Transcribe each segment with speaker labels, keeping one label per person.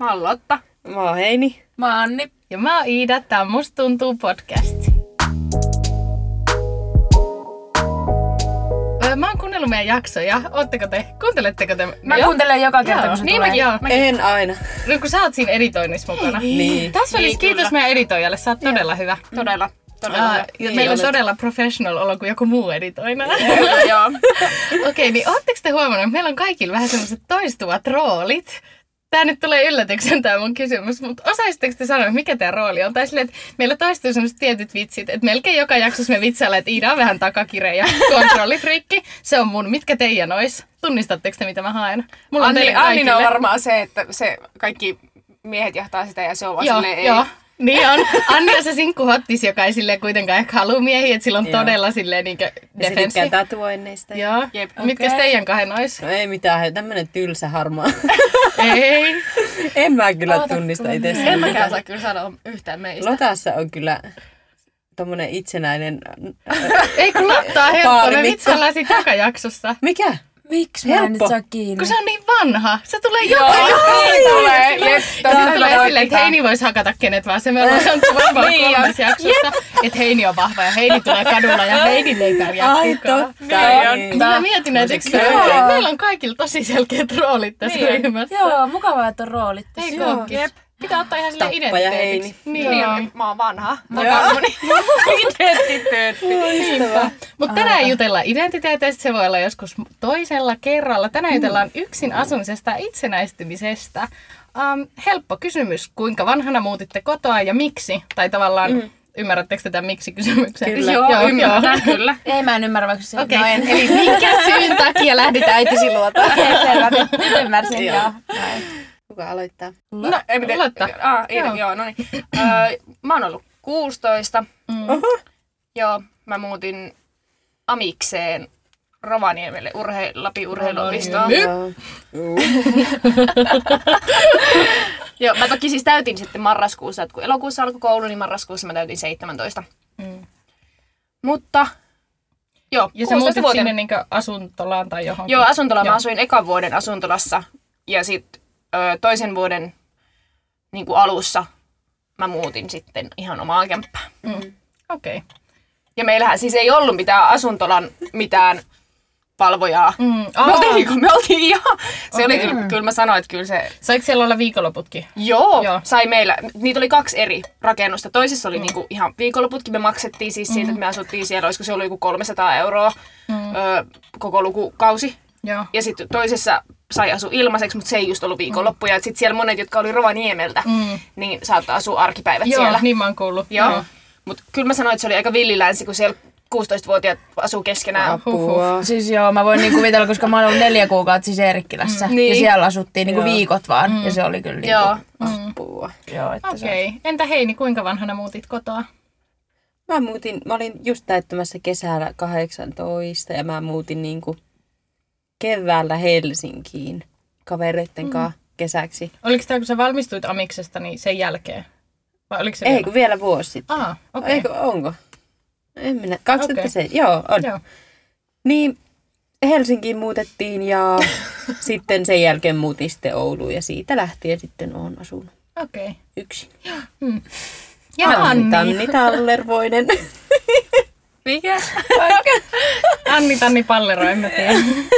Speaker 1: Mä oon Lotta.
Speaker 2: Mä oon Heini.
Speaker 1: Mä oon Anni.
Speaker 3: Ja mä oon Iida, tää on Musta tuntuu podcast. Öö, Mä oon kuunnellut meidän jaksoja. Ootteko te? Kuunteletteko te?
Speaker 1: Mä
Speaker 3: Joo.
Speaker 1: kuuntelen joka kerta,
Speaker 3: Joo,
Speaker 1: kun se
Speaker 3: niin
Speaker 1: tulee.
Speaker 3: mäkin joo.
Speaker 2: En aina.
Speaker 3: No, kun sä oot siinä editoinnissa mukana.
Speaker 2: Niin.
Speaker 3: Tässä välissä
Speaker 1: Niin,
Speaker 3: kiitos
Speaker 1: kyllä.
Speaker 3: meidän editoijalle, sä oot todella hyvä.
Speaker 1: Todella. Todella.
Speaker 3: Aa,
Speaker 1: hyvä.
Speaker 3: ja Ah, meillä on
Speaker 2: olet.
Speaker 3: todella professional olla kuin joku muu editoina.
Speaker 1: Kyllä, joo.
Speaker 3: Okei, niin ootteko te huomannut, että meillä on kaikilla vähän semmoiset toistuvat roolit? Tämä nyt tulee yllätyksen tämä mun kysymys, mutta osaisitteko te sanoa, mikä tämä rooli on? Tai silleen, että meillä toistuu semmoiset tietyt vitsit, että melkein joka jaksossa me vitsaillaan, että Iida on vähän takakire ja kontrollifriikki. Se on mun, mitkä teidän ois? Tunnistatteko te, mitä mä haen? Mulla
Speaker 1: Anni,
Speaker 3: teille
Speaker 1: Anni on
Speaker 3: kaikille-
Speaker 1: varmaan se, että se kaikki miehet jahtaa sitä ja se on vaan
Speaker 3: Joo,
Speaker 1: silleen ei.
Speaker 3: joo. Niin on. Anni on se sinkkuhottis, joka ei silleen kuitenkaan ehkä halua miehiä, että sillä on
Speaker 2: Joo.
Speaker 3: todella silleen niinkö
Speaker 2: Ja se tykkää
Speaker 3: defenssi.
Speaker 2: tatuoinneista.
Speaker 3: Joo.
Speaker 1: Jep.
Speaker 3: Mitkäs
Speaker 1: Okei.
Speaker 3: teidän kahden ois?
Speaker 2: No ei mitään, hei, tämmönen tylsä harmaa.
Speaker 3: Ei.
Speaker 2: en mä kyllä tunnista itsestäni.
Speaker 4: En mäkään saa kyllä sanoa yhtään meistä.
Speaker 2: Lotassa on kyllä tommonen itsenäinen...
Speaker 3: Ei kun Lotta on helppo, me
Speaker 2: Paarimikko.
Speaker 3: vitsaillaan siitä joka jaksossa.
Speaker 2: Mikä?
Speaker 4: Miksi mä en
Speaker 2: Helppo.
Speaker 4: nyt saa kiinni?
Speaker 3: Kun se on niin vanha, se tulee
Speaker 1: Joo,
Speaker 3: joka
Speaker 1: niin tulee. Jep,
Speaker 3: se
Speaker 1: tosi
Speaker 3: tulee silleen, että
Speaker 1: pitää.
Speaker 3: Heini voisi hakata kenet vaan. Se me ollaan sanottu varmaan
Speaker 1: Niin,
Speaker 3: kolmas jaksossa, että Heini on vahva ja Heini tulee kadulla ja Heini ei pärjää kukaan.
Speaker 1: Niin on.
Speaker 2: Niin.
Speaker 3: Mutta Mä mietin, että eikö
Speaker 2: Joo.
Speaker 3: meillä- meillä on kaikilla tosi selkeät roolit tässä
Speaker 1: Niin on.
Speaker 3: ryhmässä.
Speaker 4: Joo, mukavaa, että on roolit tässä.
Speaker 3: Ei kookki.
Speaker 1: Jep.
Speaker 3: Pitää ottaa ihan sille
Speaker 2: Tappaja
Speaker 3: identiteetiksi.
Speaker 1: Niin,
Speaker 3: Niin.
Speaker 1: mä oon vanha. Mä
Speaker 2: Joo.
Speaker 1: oon Identiteetti.
Speaker 2: Loistava.
Speaker 3: Mutta tänään jutellaan identiteeteistä, se voi olla joskus toisella kerralla. Tänään jutellaan yksin asumisesta ja itsenäistymisestä. Um, helppo kysymys, kuinka vanhana muutitte kotoa ja miksi? Tai tavallaan, mm. ymmärrättekö te tämän miksi-kysymyksen?
Speaker 2: Kyllä.
Speaker 3: joo,
Speaker 1: Joo, ymmärrän kyllä.
Speaker 4: Ei mä en ymmärrä, vaikka se...
Speaker 3: Okei.
Speaker 4: No en,
Speaker 3: Eli minkä syyn takia lähdit äitisi luota?
Speaker 4: Okei, selvä. Nyt, nyt ymmärsin,
Speaker 2: Joo.
Speaker 4: joo.
Speaker 2: Kuka aloittaa?
Speaker 3: No,
Speaker 1: Ei miten,
Speaker 3: aloittaa.
Speaker 1: Ah, Iida,
Speaker 3: Joo.
Speaker 1: joo. joo, no niin. Öö, mä oon ollut 16.
Speaker 3: Mm.
Speaker 2: Oho.
Speaker 1: Joo, mä muutin amikseen Rovaniemelle urhe- Lapin urheiluopistoon.
Speaker 2: Joo.
Speaker 1: Joo, mä toki siis täytin sitten marraskuussa, että kun elokuussa alkoi koulu, niin marraskuussa mä täytin 17.
Speaker 3: Mm.
Speaker 1: Mutta, joo,
Speaker 3: Ja sä
Speaker 1: 16
Speaker 3: muutit
Speaker 1: vuoteen.
Speaker 3: sinne niin asuntolaan tai johonkin?
Speaker 1: Joo, asuntola. Mä
Speaker 3: Joo.
Speaker 1: asuin ekan vuoden asuntolassa ja sitten toisen vuoden niin kuin alussa mä muutin sitten ihan omaa kämppään.
Speaker 3: Okei. Okay.
Speaker 1: Ja meillähän siis ei ollut mitään asuntolan mitään valvojaa. Mm.
Speaker 3: Mm.
Speaker 1: Me
Speaker 3: aa,
Speaker 1: oltiin, kun me oltiin ihan. Se oli
Speaker 3: Okei.
Speaker 1: kyllä, kyllä mä sanoin, että kyllä se,
Speaker 3: Saiko siellä olla viikonloputkin?
Speaker 1: joo,
Speaker 3: Joo.
Speaker 1: joo, sai meillä. Niitä oli kaksi eri rakennusta. Toisessa oli niinku ihan viikonloputkin, me maksettiin siis siitä, että me asuttiin siellä, olisiko se ollut joku 300 euroa mm. ö, koko lukukausi.
Speaker 3: Joo.
Speaker 1: Ja sitten toisessa sai asua ilmaiseksi, mutta se ei just ollut viikonloppuja. Mm. Sitten siellä monet, jotka oli Rovaniemeltä,
Speaker 3: Mm.
Speaker 1: mm. niin saattaa asua arkipäivät
Speaker 3: Joo,
Speaker 1: siellä.
Speaker 3: niin mä oon kuullut.
Speaker 1: Joo. Joo. Mutta kyllä mä sanoin, että se oli aika villilänsi, kun siellä 16-vuotiaat asuu keskenään.
Speaker 2: Apua.
Speaker 4: Siis joo, mä voin niin kuvitella, koska mä oon ollut neljä kuukautta siis Eerikkilässä.
Speaker 1: niin.
Speaker 4: Ja siellä asuttiin niin
Speaker 2: Joo.
Speaker 4: viikot vaan. Ja se oli kyllä niin
Speaker 1: Joo.
Speaker 3: Mm.
Speaker 2: Apua.
Speaker 4: joo että se-
Speaker 3: Okei. Okay. Entä Heini, kuinka vanhana muutit kotoa?
Speaker 2: Mä muutin, mä olin just täyttämässä kesällä 18 ja mä muutin niinku keväällä Helsinkiin
Speaker 3: Mm.
Speaker 2: kavereitten kanssa kesäksi.
Speaker 3: Oliko tämä, kun sä valmistuit Amiksesta, niin sen jälkeen? Vai oliko se
Speaker 2: Ei,
Speaker 3: vielä?
Speaker 2: kun vielä vuosi sitten.
Speaker 3: Aa,
Speaker 2: Okay.
Speaker 3: okei.
Speaker 2: Eikö, onko? En minä. 2007, okay. joo, on.
Speaker 3: Joo.
Speaker 2: Niin, Helsinkiin muutettiin ja sitten sen jälkeen muutin sitten Ouluun ja siitä lähtien sitten olen asunut
Speaker 3: Okei.
Speaker 2: yksin.
Speaker 3: Ja Anni. Tanni.
Speaker 2: Tanni Tallervoinen.
Speaker 1: Mikä?
Speaker 3: Anni Tanni Pallero, en mä tiedä.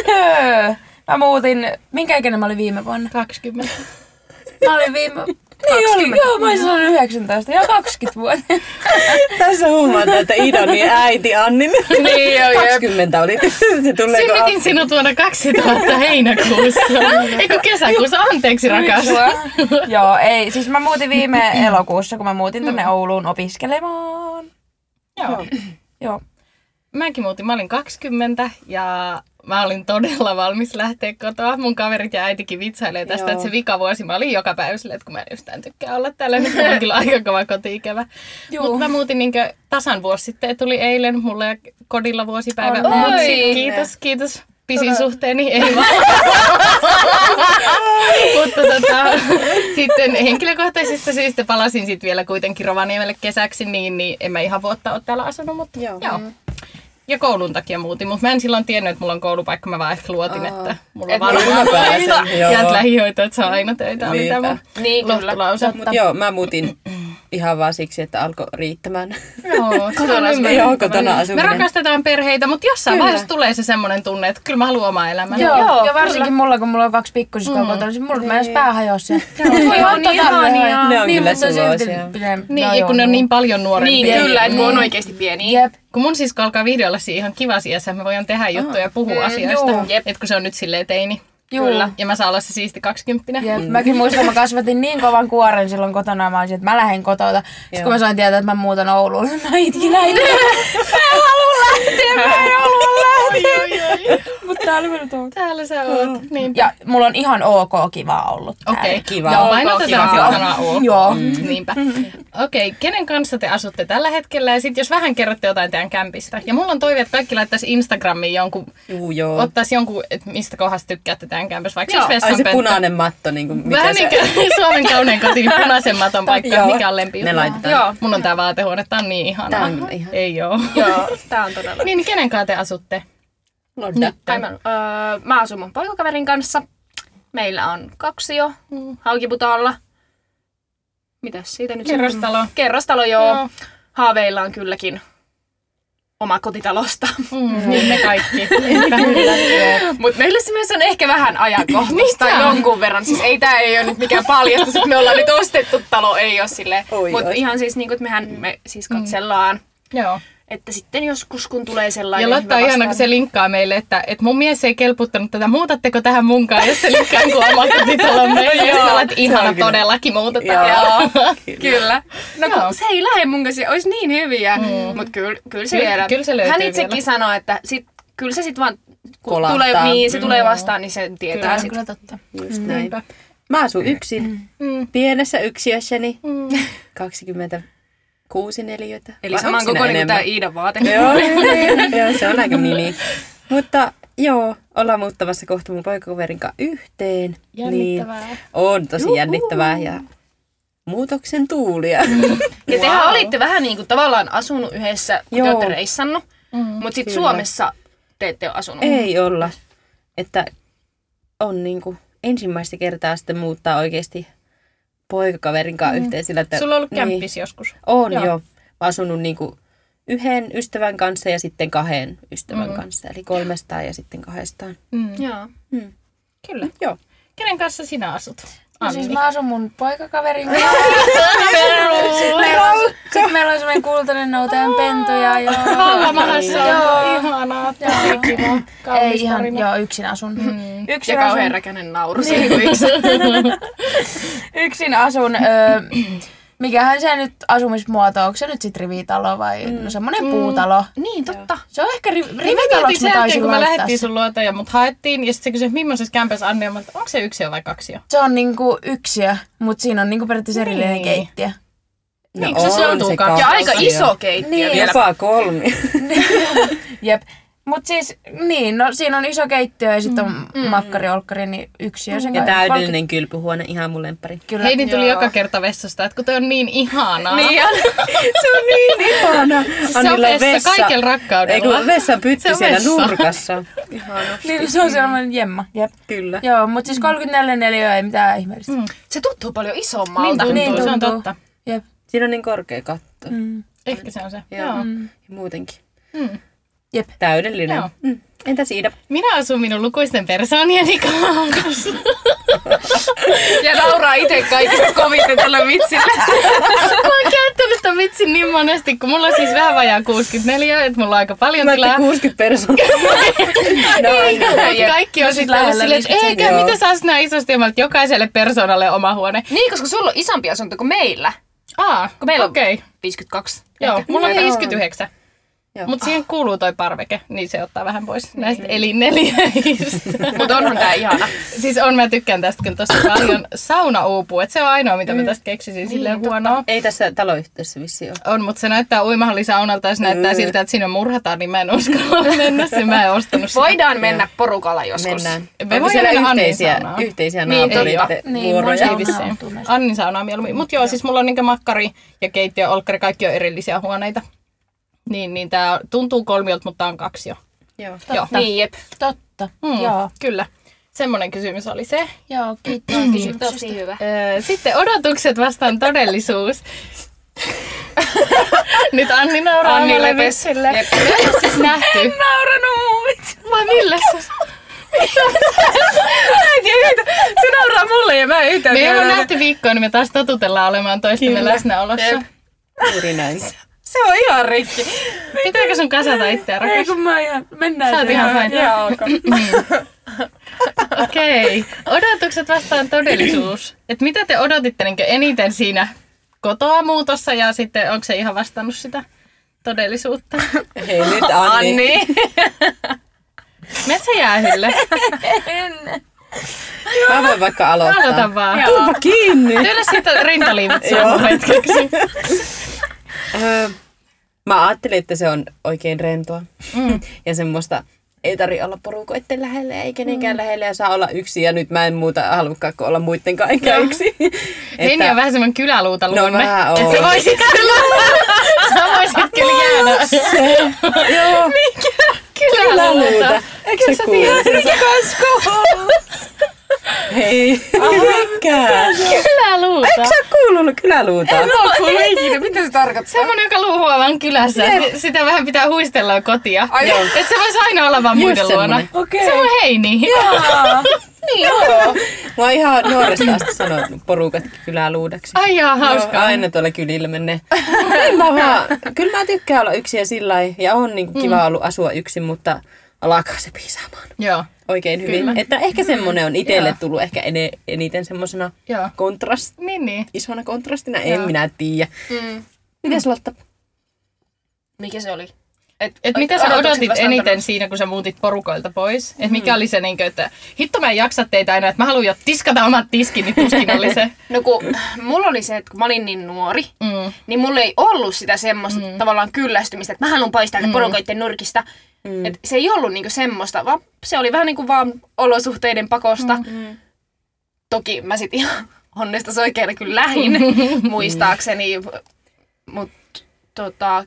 Speaker 4: Öö, Mä muutin, minkä ikäinen mä olin viime vuonna?
Speaker 3: 20.
Speaker 4: Mä olin viime... Niin oli, joo, mä olin silloin 19, joo 20 vuotta.
Speaker 2: Tässä huomataan, että Idoni äiti Annin.
Speaker 1: Niin, joo, jep.
Speaker 2: 20 oli. Se tulee kun
Speaker 3: Synnytin sinut vuonna 2000 heinäkuussa. Eikö kesäkuussa? Anteeksi rakas.
Speaker 4: joo, ei, siis mä muutin viime elokuussa, kun mä muutin tänne Ouluun opiskelemaan.
Speaker 3: Joo.
Speaker 4: Joo.
Speaker 3: Mäkin muutin, mä olin 20 ja mä olin todella valmis lähteä kotoa. Mun kaverit ja äitikin vitsailee tästä,
Speaker 2: Joo.
Speaker 3: että se vikavuosi mä olin joka päivä silleen, että kun mä en yhtään tykkää olla täällä, niin mä oon kyllä aika kova kotiikävä.
Speaker 4: Juu.
Speaker 3: Mutta mä muutin niinkö tasan vuosi sitten, tuli eilen mulle kodilla vuosipäivä.
Speaker 4: Onnea.
Speaker 3: Mut si-
Speaker 1: Oi.
Speaker 3: kiitos, kiitos. Pisin suhteeni, ei vaan. Mutta tota, sitten henkilökohtaisista syistä palasin sitten vielä kuitenkin Rovaniemelle kesäksi, niin, niin en mä ihan vuotta ole täällä asunut, mutta
Speaker 2: Joo. Mm.
Speaker 3: joo. ja koulun takia muutin, mutta mä en silloin tiennyt, että mulla on koulupaikka. Mä vaan ehkä luotin,
Speaker 2: Aa.
Speaker 3: että mulla
Speaker 1: Et mä-
Speaker 3: on
Speaker 1: mä
Speaker 3: varmaan töitä.
Speaker 2: pääsen, joo.
Speaker 3: Jäät lähihoitajat saa aina töitä, oli
Speaker 2: Niinpä.
Speaker 3: tämä
Speaker 1: Niin, kyllä.
Speaker 3: lohtulause.
Speaker 2: Mutta joo, mä muutin ihan vaan siksi, että alkoi riittämään.
Speaker 3: Joo, se on
Speaker 1: Kotona asuminen.
Speaker 3: ymmärrettävää.
Speaker 2: Joo, kotona
Speaker 3: Me
Speaker 2: asuminen.
Speaker 3: rakastetaan perheitä, mutta jossain
Speaker 2: Kyllä.
Speaker 3: vaiheessa tulee se semmoinen tunne, että kyllä mä haluan omaa elämää.
Speaker 4: Joo, No
Speaker 1: Joo,
Speaker 4: joo, ja varsinkin mulla, kun mulla on kaksi pikkusiskoa mm. kotona, siis mulla mä edes pää hajosi. Voi
Speaker 1: on
Speaker 4: ottaa
Speaker 1: ihania.
Speaker 4: tälle.
Speaker 2: Ne on kyllä
Speaker 4: Niin, mutta silti
Speaker 2: suloisia.
Speaker 4: pitää-
Speaker 3: Niin,
Speaker 4: no
Speaker 3: ja
Speaker 4: joo,
Speaker 3: kun ne on
Speaker 4: no.
Speaker 3: niin paljon nuorempia.
Speaker 1: Niin, kyllä, että kun on oikeasti pieni.
Speaker 4: Jep.
Speaker 3: Kun mun sisko alkaa vihdoin olla siinä ihan kiva siässä, me voidaan tehdä juttuja ja puhua asioista.
Speaker 4: juu.
Speaker 1: Jep.
Speaker 3: Et kun se on nyt silleen teini.
Speaker 4: Juu.
Speaker 3: Kyllä. Ja mä saan olla se siisti kaksikymppinen.
Speaker 4: Jep,
Speaker 2: Mm.
Speaker 4: mäkin muistan, mä kasvatin niin kovan kuoren silloin kotona, mä olisin, että mä lähden kotota. Sitten kun mä sain tietää, että mä muutan Ouluun, mä itkin äiti. mä en halua lähteä, mä en halua lähteä. Mutta täällä mä nyt oon.
Speaker 3: Täällä sä oot. Niin.
Speaker 4: Ja mulla on ihan ok kivaa ollut täällä.
Speaker 3: Okei.
Speaker 2: Kiva.
Speaker 3: Joo,
Speaker 2: Olkoon
Speaker 3: painotetaan
Speaker 1: kiva.
Speaker 3: sanaa oo.
Speaker 4: Joo.
Speaker 2: Mm.
Speaker 3: Niinpä. Okei, kenen kanssa te asutte tällä hetkellä? Ja sitten jos vähän kerrotte jotain teidän kämpistä. Ja mulla on toive, että kaikki laittaisi Instagramiin jonkun,
Speaker 2: Juu, joo.
Speaker 3: ottaisi jonkun, että mistä kohdasta tykkäätte teidän kämpässä. Vaikka
Speaker 1: Joo,
Speaker 3: siis
Speaker 2: Ai se
Speaker 3: vessanpönttö.
Speaker 2: punainen matto, niin kuin, mikä
Speaker 3: Vähän
Speaker 2: se...
Speaker 3: niin kuin Suomen kaunein koti, niin punaisen maton paikka,
Speaker 2: Joo.
Speaker 3: mikä on lempi.
Speaker 2: Ne laitetaan.
Speaker 1: Joo,
Speaker 3: Mun on tää vaatehuone, tää on niin ihanaa.
Speaker 2: Tää on ihana.
Speaker 3: Ei oo.
Speaker 1: joo, tää on todella.
Speaker 3: Niin, kenen kanssa te asutte?
Speaker 2: Lodda.
Speaker 1: Ai, mä, öö, mä asun mun poikakaverin kanssa. Meillä on kaksi jo
Speaker 3: Mm.
Speaker 1: Haukiputaalla. Mitäs siitä nyt? sitten?
Speaker 3: Kerrostalo.
Speaker 1: Kerrostalo, joo.
Speaker 3: Joo.
Speaker 1: Haaveilla on kylläkin oma kotitalosta.
Speaker 3: Mm, niin me kaikki.
Speaker 1: Mutta meillä se myös on ehkä vähän ajankohtaista jonkun verran. Siis ei tää ei ole nyt mikään paljastus, että me ollaan nyt ostettu talo, ei ole silleen.
Speaker 2: Oi,
Speaker 1: Mutta
Speaker 2: oi.
Speaker 1: ihan siis niin kuin, että mehän me
Speaker 3: Mm.
Speaker 1: siis katsellaan.
Speaker 3: Joo.
Speaker 1: Että sitten joskus, kun tulee
Speaker 3: Ja
Speaker 1: sellainen
Speaker 3: Lotta on
Speaker 1: hyvä
Speaker 3: ihana, kun
Speaker 1: vastaan-
Speaker 3: se linkkaa meille, että, että mun mies ei kelputtanut tätä. Muutatteko tähän munkaan, jos se linkkaa niin jonkun omakotitalon meille? Ja sä olet
Speaker 2: Se
Speaker 3: ihana,
Speaker 2: on kyllä.
Speaker 3: todellakin muutetaan.
Speaker 1: Joo, kyllä. No
Speaker 3: Joo.
Speaker 1: kun se ei lähde mun kanssa, olisi niin hyviä. Mm. Mutta kyllä, kyllä se
Speaker 3: Kyllä-
Speaker 1: vielä.
Speaker 3: kyllä se löytyy
Speaker 1: Hän itsekin
Speaker 3: vielä.
Speaker 1: sanoi, että sit, kyllä se sitten vaan, kun
Speaker 2: Kolahtaa.
Speaker 1: tulee, niin, se tulee vastaan, niin se
Speaker 3: Kyllä,
Speaker 1: tietää
Speaker 4: Tää on
Speaker 1: sitten.
Speaker 4: kyllä totta.
Speaker 2: Just näin. Mä asun yksin.
Speaker 3: Mm.
Speaker 2: Pienessä yksiössäni.
Speaker 3: Mm.
Speaker 2: 26 neliötä.
Speaker 1: Eli
Speaker 2: Vai
Speaker 1: saman
Speaker 2: onko siinä
Speaker 1: kokoinen kuin
Speaker 2: enemmän?
Speaker 1: tämä Iidan vaate.
Speaker 2: Joo, niin, joo, se on aika mini. Mutta joo, ollaan muuttamassa kohta mun poikakaverin kanssa yhteen.
Speaker 3: Jännittävää.
Speaker 2: Niin, on tosi jännittävää ja muutoksen tuulia.
Speaker 3: Mm.
Speaker 1: Ja tehän olitte vähän niin kuin tavallaan asunut yhdessä, kun te
Speaker 2: Joo.
Speaker 1: olette reissannut. Mutta sitten
Speaker 2: Kyllä.
Speaker 1: Suomessa te ette ole asunut.
Speaker 2: Ei olla. Että on niinku ensimmäistä kertaa sitten muuttaa oikeasti poikakaverin kanssa yhteen. Sillä, että,
Speaker 3: Mm. Sulla on ollut
Speaker 2: niin.
Speaker 3: kämppis joskus.
Speaker 2: On
Speaker 3: Joo.
Speaker 2: joo. joo. Mä oon asunut niinku yhden ystävän kanssa ja sitten kahden ystävän mm. kanssa. Eli kolmestaan ja sitten kahdestaan.
Speaker 3: Mm.
Speaker 1: Joo.
Speaker 3: Kyllä.
Speaker 2: Joo.
Speaker 3: Kenen kanssa sinä asut?
Speaker 4: No
Speaker 3: Anni.
Speaker 4: siis mä asun mun poikakaverin kanssa. Meillä on- Sitten meillä on semmoinen kultainen nouteen pentuja. Joo.
Speaker 3: Pallamahassa
Speaker 4: Joo.
Speaker 3: on ihanaa. Tosi kiva.
Speaker 4: Ei
Speaker 3: Kaunis
Speaker 4: ihan,
Speaker 3: tarina.
Speaker 4: joo, yksin asun. Mm.
Speaker 1: Ja
Speaker 4: Yksin
Speaker 1: kauhean
Speaker 4: asun,
Speaker 1: räkäinen nauru siinä, kun yksi-
Speaker 4: yksin asun öö, mikähän se nyt asumismuoto, onko se nyt sit rivitalo vai no semmonen puutalo?
Speaker 1: Niin, totta.
Speaker 4: Se on ehkä ri,
Speaker 3: Mietittiin
Speaker 4: rivitaloksi
Speaker 3: sen
Speaker 4: mä
Speaker 3: jälkeen,
Speaker 4: taisin
Speaker 3: Niin, kun me
Speaker 4: laittaa
Speaker 3: lähdettiin
Speaker 4: sen.
Speaker 3: sun luota ja mut haettiin. Ja sitten se kysyi, millaisessa kämpässä Anni on. Mä olin, että onko se yksi vai kaksi jo?
Speaker 4: Se on niinku yksiö, mut siinä on niinku periaatteessa erillinen
Speaker 3: Niin.
Speaker 4: keittiö.
Speaker 2: No
Speaker 3: Niin, kun se joutuu
Speaker 2: kaksi.
Speaker 1: Ja aika
Speaker 2: Joo.
Speaker 1: iso keittiö
Speaker 4: Niin.
Speaker 1: vielä.
Speaker 2: Jopa kolmi.
Speaker 4: Jep. Mut siis, niin, no siinä on iso keittiö ja sitten on mm. makkari, olkkari, niin yksiö se
Speaker 2: Ja
Speaker 4: kai-
Speaker 2: täydellinen kylpyhuone, ihan mun lemppari.
Speaker 4: Kyllä.
Speaker 3: Heidi tuli
Speaker 1: Joo.
Speaker 3: joka kerta vessasta, että kun toi on niin ihanaa.
Speaker 1: Niin, ja
Speaker 2: Se on niin ihana.
Speaker 3: Se on vessa, kaikella rakkaudella.
Speaker 2: Ei kun vessa pytti
Speaker 3: Se on
Speaker 2: siellä
Speaker 3: vessa.
Speaker 2: nurkassa.
Speaker 4: Niin, se on sellainen jemma. Jep.
Speaker 2: Kyllä.
Speaker 4: Joo, mut siis 34 neliöä ei mitään ihmeellistä. Mm.
Speaker 1: se tuntuu paljon
Speaker 3: Niin
Speaker 1: isommalta.
Speaker 3: tuntuu,
Speaker 4: Niin
Speaker 3: se on
Speaker 4: tuntuu.
Speaker 3: totta.
Speaker 4: Jep.
Speaker 2: Siinä on niin korkea katto. Mm.
Speaker 3: Ehkä se on se.
Speaker 2: Joo.
Speaker 3: Joo.
Speaker 2: Mm. Ja muutenkin.
Speaker 3: Mm.
Speaker 2: Jep. Täydellinen.
Speaker 3: Joo.
Speaker 2: Mm. Entäs Iida?
Speaker 3: Minä asun minun lukuisten persoonieni kanssa.
Speaker 1: Ja nauraa itse kaikista koviten tällä vitsillä.
Speaker 3: Mä oon käyttänyt tämän vitsin niin monesti, kun mulla on siis vähän vajaa 64, että mulla on aika paljon
Speaker 2: Mä
Speaker 3: tilaa.
Speaker 2: ajattelin 60 persoonaa. no,
Speaker 3: Mut
Speaker 1: Jep.
Speaker 3: kaikki on sitten
Speaker 4: lähellä
Speaker 3: ollut silleen, että
Speaker 4: 50
Speaker 3: eikä,
Speaker 2: joo.
Speaker 3: mitä saa sinä isosti, ja mä oon, että jokaiselle persoonalle oma huone.
Speaker 1: Niin, koska sulla on isompi asunto kuin meillä.
Speaker 3: Aa,
Speaker 1: Kun meillä on-
Speaker 3: okei.
Speaker 1: 52.
Speaker 3: Joo, mulla on
Speaker 2: Niin,
Speaker 3: 59.
Speaker 2: Joo.
Speaker 3: Mutta siihen kuuluu toi parveke, niin se ottaa vähän pois näistä elinneliöistä.
Speaker 1: Mutta onhan tää ihana.
Speaker 3: siis on, mä tykkään tästä kyllä tosi paljon. Sauna uupuu, että se on ainoa, mitä
Speaker 4: Mm.
Speaker 3: mä tästä keksisin
Speaker 4: Niin,
Speaker 3: silleen huonoa.
Speaker 2: Ei tässä taloyhtiössä vissiin ole.
Speaker 3: On, mutta se näyttää uimahallisaunalta ja se
Speaker 4: Mm.
Speaker 3: näyttää siltä, että siinä murhataan, niin mä en uskalla mennä. Se mä en ostanut sitä.
Speaker 1: Voidaan mennä porukalla joskus.
Speaker 2: Mennään.
Speaker 3: Me
Speaker 2: Onko
Speaker 3: voidaan
Speaker 2: siellä
Speaker 3: mennä Annin
Speaker 2: yhteisiä,
Speaker 3: saunaan.
Speaker 2: yhteisiä
Speaker 3: Niin, ei
Speaker 2: naapureita,
Speaker 3: oo.
Speaker 4: Niin, mun
Speaker 2: vuoroja?
Speaker 4: sauna.
Speaker 3: Ei vissiin.
Speaker 4: Saunaa on
Speaker 3: Annin saunaa mieluummin. Mutta joo, siis mulla on niinku makkari ja keittiö, olkkari, kaikki on erillisiä huoneita. Niin, niin tämä tuntuu kolmiolta, mutta tämä on kaksi jo.
Speaker 2: Joo.
Speaker 3: Joo,
Speaker 1: Niin, jep.
Speaker 4: Totta.
Speaker 3: mm,
Speaker 4: Joo.
Speaker 3: kyllä. Semmoinen kysymys oli se.
Speaker 4: Joo, kiitos.
Speaker 1: Tosi hyvä.
Speaker 3: Öö, Sitten odotukset vastaan todellisuus. Nyt Anni nauraa
Speaker 1: Anni
Speaker 3: omalle
Speaker 1: lepes.
Speaker 3: vitsille.
Speaker 1: Jep.
Speaker 3: Me ei ole siis nähty. En nauranut mun vitsille. Vai millä sä?
Speaker 1: Mä en tiedä yhtä. Se nauraa mulle ja mä en yhtään
Speaker 3: Me ei
Speaker 1: tiedä.
Speaker 3: ole nähty viikkoa, niin me taas totutellaan olemaan toistemme läsnäolossa.
Speaker 1: Jep.
Speaker 2: Juuri näin.
Speaker 1: Se on ihan rikki.
Speaker 3: Pitääkö sun kasata itseä, rakas?
Speaker 4: kun mä ihan, mennään.
Speaker 3: Sä oot ihan fine.
Speaker 1: Ihan ok.
Speaker 3: Okei. Odotukset vastaan todellisuus. Et mitä te odotitte niin eniten siinä kotoa muutossa ja sitten onko se ihan vastannut sitä todellisuutta?
Speaker 2: Hei nyt Anni. Anni.
Speaker 1: Anni.
Speaker 3: Metsä jäähylle.
Speaker 2: Mä voin vaikka aloittaa.
Speaker 3: Aloita vaan.
Speaker 2: Tulpa kiinni.
Speaker 3: Työllä siitä rintaliivit
Speaker 2: Joo.
Speaker 3: sinun hetkeksi.
Speaker 2: Öö, mä ajattelin, että se on oikein rentoa. Mm. Ja semmoista, ei tarvi olla porukoitten lähellä, ei kenenkään mm. lähellä ja saa olla yksi. Ja nyt mä en muuta halukaan kuin olla muittenkaan eikä yksi.
Speaker 3: Henni on vähän semmoinen kyläluuta
Speaker 2: No
Speaker 3: luonne.
Speaker 2: vähän
Speaker 3: Et sä
Speaker 2: on.
Speaker 3: voisit kyllä, sä voisit kyllä jäädä
Speaker 2: Joo,
Speaker 3: kyläluuta.
Speaker 2: luuta. Eikö sä tiedä? Hei, mikä?
Speaker 3: Kyläluuta.
Speaker 2: Sä oot kuullut kyläluuta?
Speaker 1: Mä kuullut ikinä. Mitä se tarkoittaa?
Speaker 3: Semmoinen, joka luuhua vaan kylässä. Sitä vähän pitää huistella kotia.
Speaker 1: Ai joo.
Speaker 3: Et se voisi aina olla vaan muiden luona.
Speaker 2: semmonen.
Speaker 4: Okei.
Speaker 3: Se on heini.
Speaker 2: Mä oon ihan nuoresta asti sanonut porukat kyläluudaksi.
Speaker 3: Ai jaa,
Speaker 2: Joo,
Speaker 3: hauskaa.
Speaker 2: aina tuolla kylillä menee. en mä vaan, kyllä mä tykkään olla yksin ja sillä lailla, ja on niin kiva mm. ollut asua yksin, mutta alkaa se piisaamaan
Speaker 3: Joo.
Speaker 2: oikein hyvin.
Speaker 3: Kyllä. Mm.
Speaker 2: Kyllä. Että ehkä semmoinen on itselle
Speaker 3: Joo.
Speaker 2: tullut ehkä ene, eniten semmoisena
Speaker 3: Joo.
Speaker 2: kontrast,
Speaker 3: Niin, niin.
Speaker 2: isona kontrastina, en
Speaker 3: Joo. Mm.
Speaker 2: minä tiedä. Mitäs Lotta?
Speaker 1: Mikä se oli? Et,
Speaker 3: Et mitä sä odotit eniten siinä, kun sä muutit porukoilta pois? Et
Speaker 2: Mm.
Speaker 3: mikä oli se, niinkö, että hitto mä en jaksa teitä enää, että mä haluan jo tiskata omat tiskini, tuskin oli se.
Speaker 1: No kun mulla oli se, että kun mä olin niin nuori,
Speaker 3: Mm.
Speaker 1: niin mulla ei ollut sitä semmoista mm. tavallaan kyllästymistä, että mä haluan pois täältä mm. porukoiden nurkista. Mm. Et se ei ollut niinku semmoista, vaan se oli vähän niinku vaan olosuhteiden pakosta. Mm. Toki mä sit ihan onnesta soikeena kyllä lähin muistaakseni, mutta tota,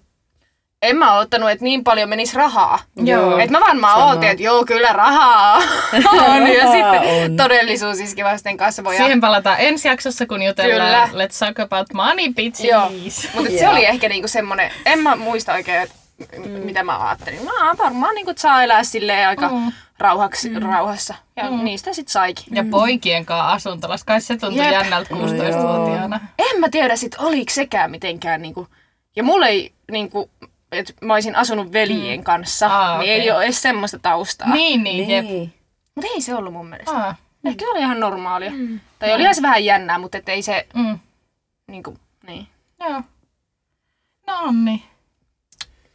Speaker 1: en mä ottanut, että niin paljon menisi rahaa.
Speaker 3: Joo.
Speaker 1: Et mä varmaan ootin, että joo, kyllä rahaa on. ja
Speaker 2: Rahaa
Speaker 1: sitten
Speaker 2: on.
Speaker 1: todellisuus iski vasten kasvoja.
Speaker 3: Siihen palataan ensi jaksossa, kun jutellaan
Speaker 1: Kyllä.
Speaker 3: Let's Talk About Money, bitches.
Speaker 1: Joo. Mutta se
Speaker 2: Joo.
Speaker 1: oli ehkä niinku semmonen, en mä muista oikein, et,
Speaker 3: Mm.
Speaker 1: m- mitä mä ajattelin. Mä varmaan niinku, et saa elää silleen aika
Speaker 3: Mm.
Speaker 1: rauhaksi, rauhassa. Ja niistä sit saikin.
Speaker 3: Ja poikien kanssa asuntolas, kai se tuntui
Speaker 1: Jep.
Speaker 3: jännältä 16-vuotiaana.
Speaker 1: En mä tiedä sit, oliko sekään mitenkään niinku, ja mulla ei niinku, että mä olisin asunut veljien kanssa,
Speaker 3: Mm. Aa,
Speaker 1: niin ei
Speaker 3: okei.
Speaker 1: ole edes semmoista taustaa. Niin.
Speaker 3: Niin, niin, jep. Ah,
Speaker 1: Mutta ei se ollut mun mielestä.
Speaker 3: Aa.
Speaker 1: Ehkä se oli ihan normaalia. Tai olihan se vähän jännää, mutta et ei se
Speaker 3: Mm.
Speaker 1: niinku, niin.
Speaker 3: Joo. No Anni.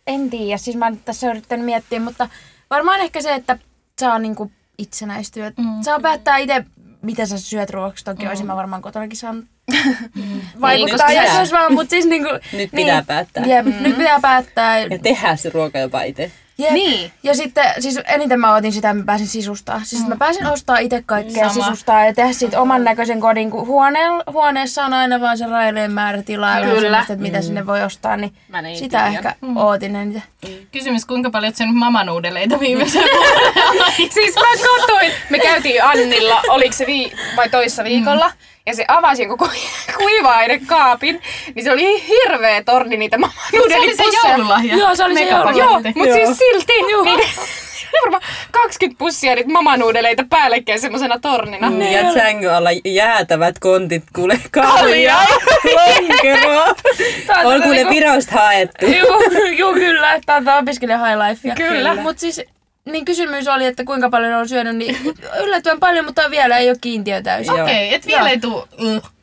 Speaker 4: En tiedä, siis mä nyt tässä yritän miettiä, mutta varmaan ehkä se, että saa niinku itsenäistyä. Mm. Saa päättää itse, mitä sä syöt ruoaksi. Toki mm. olisin mä varmaan kotonakin saanut vaikuttaa,
Speaker 2: koska
Speaker 4: jos
Speaker 2: sä-
Speaker 4: olisi vaan, mutta siis niinku...
Speaker 2: Nyt pitää päättää.
Speaker 4: Jep, mm-hmm. nyt pitää päättää.
Speaker 2: Ja tehdään se ruoka jopa itse.
Speaker 4: Jep.
Speaker 1: Niin.
Speaker 4: Ja sitten siis eniten mä otin sitä, että mä pääsin sisustaa. Siis mm. mä pääsin ostaa itse kaikkea
Speaker 3: Sama.
Speaker 4: Sama. sisustaa ja tehdä siitä oman näköisen kodin, kun huone, huoneessa on aina vaan se raileen määrä tilaa ja
Speaker 1: Kyllä.
Speaker 4: vähän semmoista, että
Speaker 2: Mm.
Speaker 4: mitä sinne voi ostaa, niin
Speaker 1: Mä niin
Speaker 4: sitä
Speaker 1: tiedän.
Speaker 4: ehkä ootin eniten.
Speaker 3: Kysymys, kuinka paljon oot syönyt mamanuudeleita viimeisen
Speaker 1: Siis mä katsoin, me käytiin Annilla, oliko se vii- vai toissa viikolla,
Speaker 3: Mm.
Speaker 1: ja se avasi jonkun ku- kuiva-ainekaapin, niin se oli hirveä torni niitä
Speaker 3: Se oli se
Speaker 1: manuudelipusseja.
Speaker 3: joululahja.
Speaker 4: Joo, se oli se
Speaker 3: Megapaketti.
Speaker 1: Joo,
Speaker 4: joululahja.
Speaker 1: mutta siis silti niitä varmaan 20 pussia niitä mamanuudeleita päällekkäin semmosena
Speaker 3: Ah,
Speaker 1: tornina.
Speaker 2: Mm. Ja sängyn alla jäätävät kontit, kuule kaljaa, lonkeroa.
Speaker 4: Tää on
Speaker 2: On
Speaker 4: tätä
Speaker 2: kuule
Speaker 4: niinku-
Speaker 2: virosta haettu.
Speaker 4: Juu, juu, kyllä. Tää on tää opiskelija high life.
Speaker 1: Kyllä.
Speaker 4: Mutta siis niin kysymys oli, että kuinka paljon on syönyt, niin yllättävän paljon, mutta vielä ei ole kiintiö täysin.
Speaker 2: Joo.
Speaker 3: Okei, et vielä ei tuu.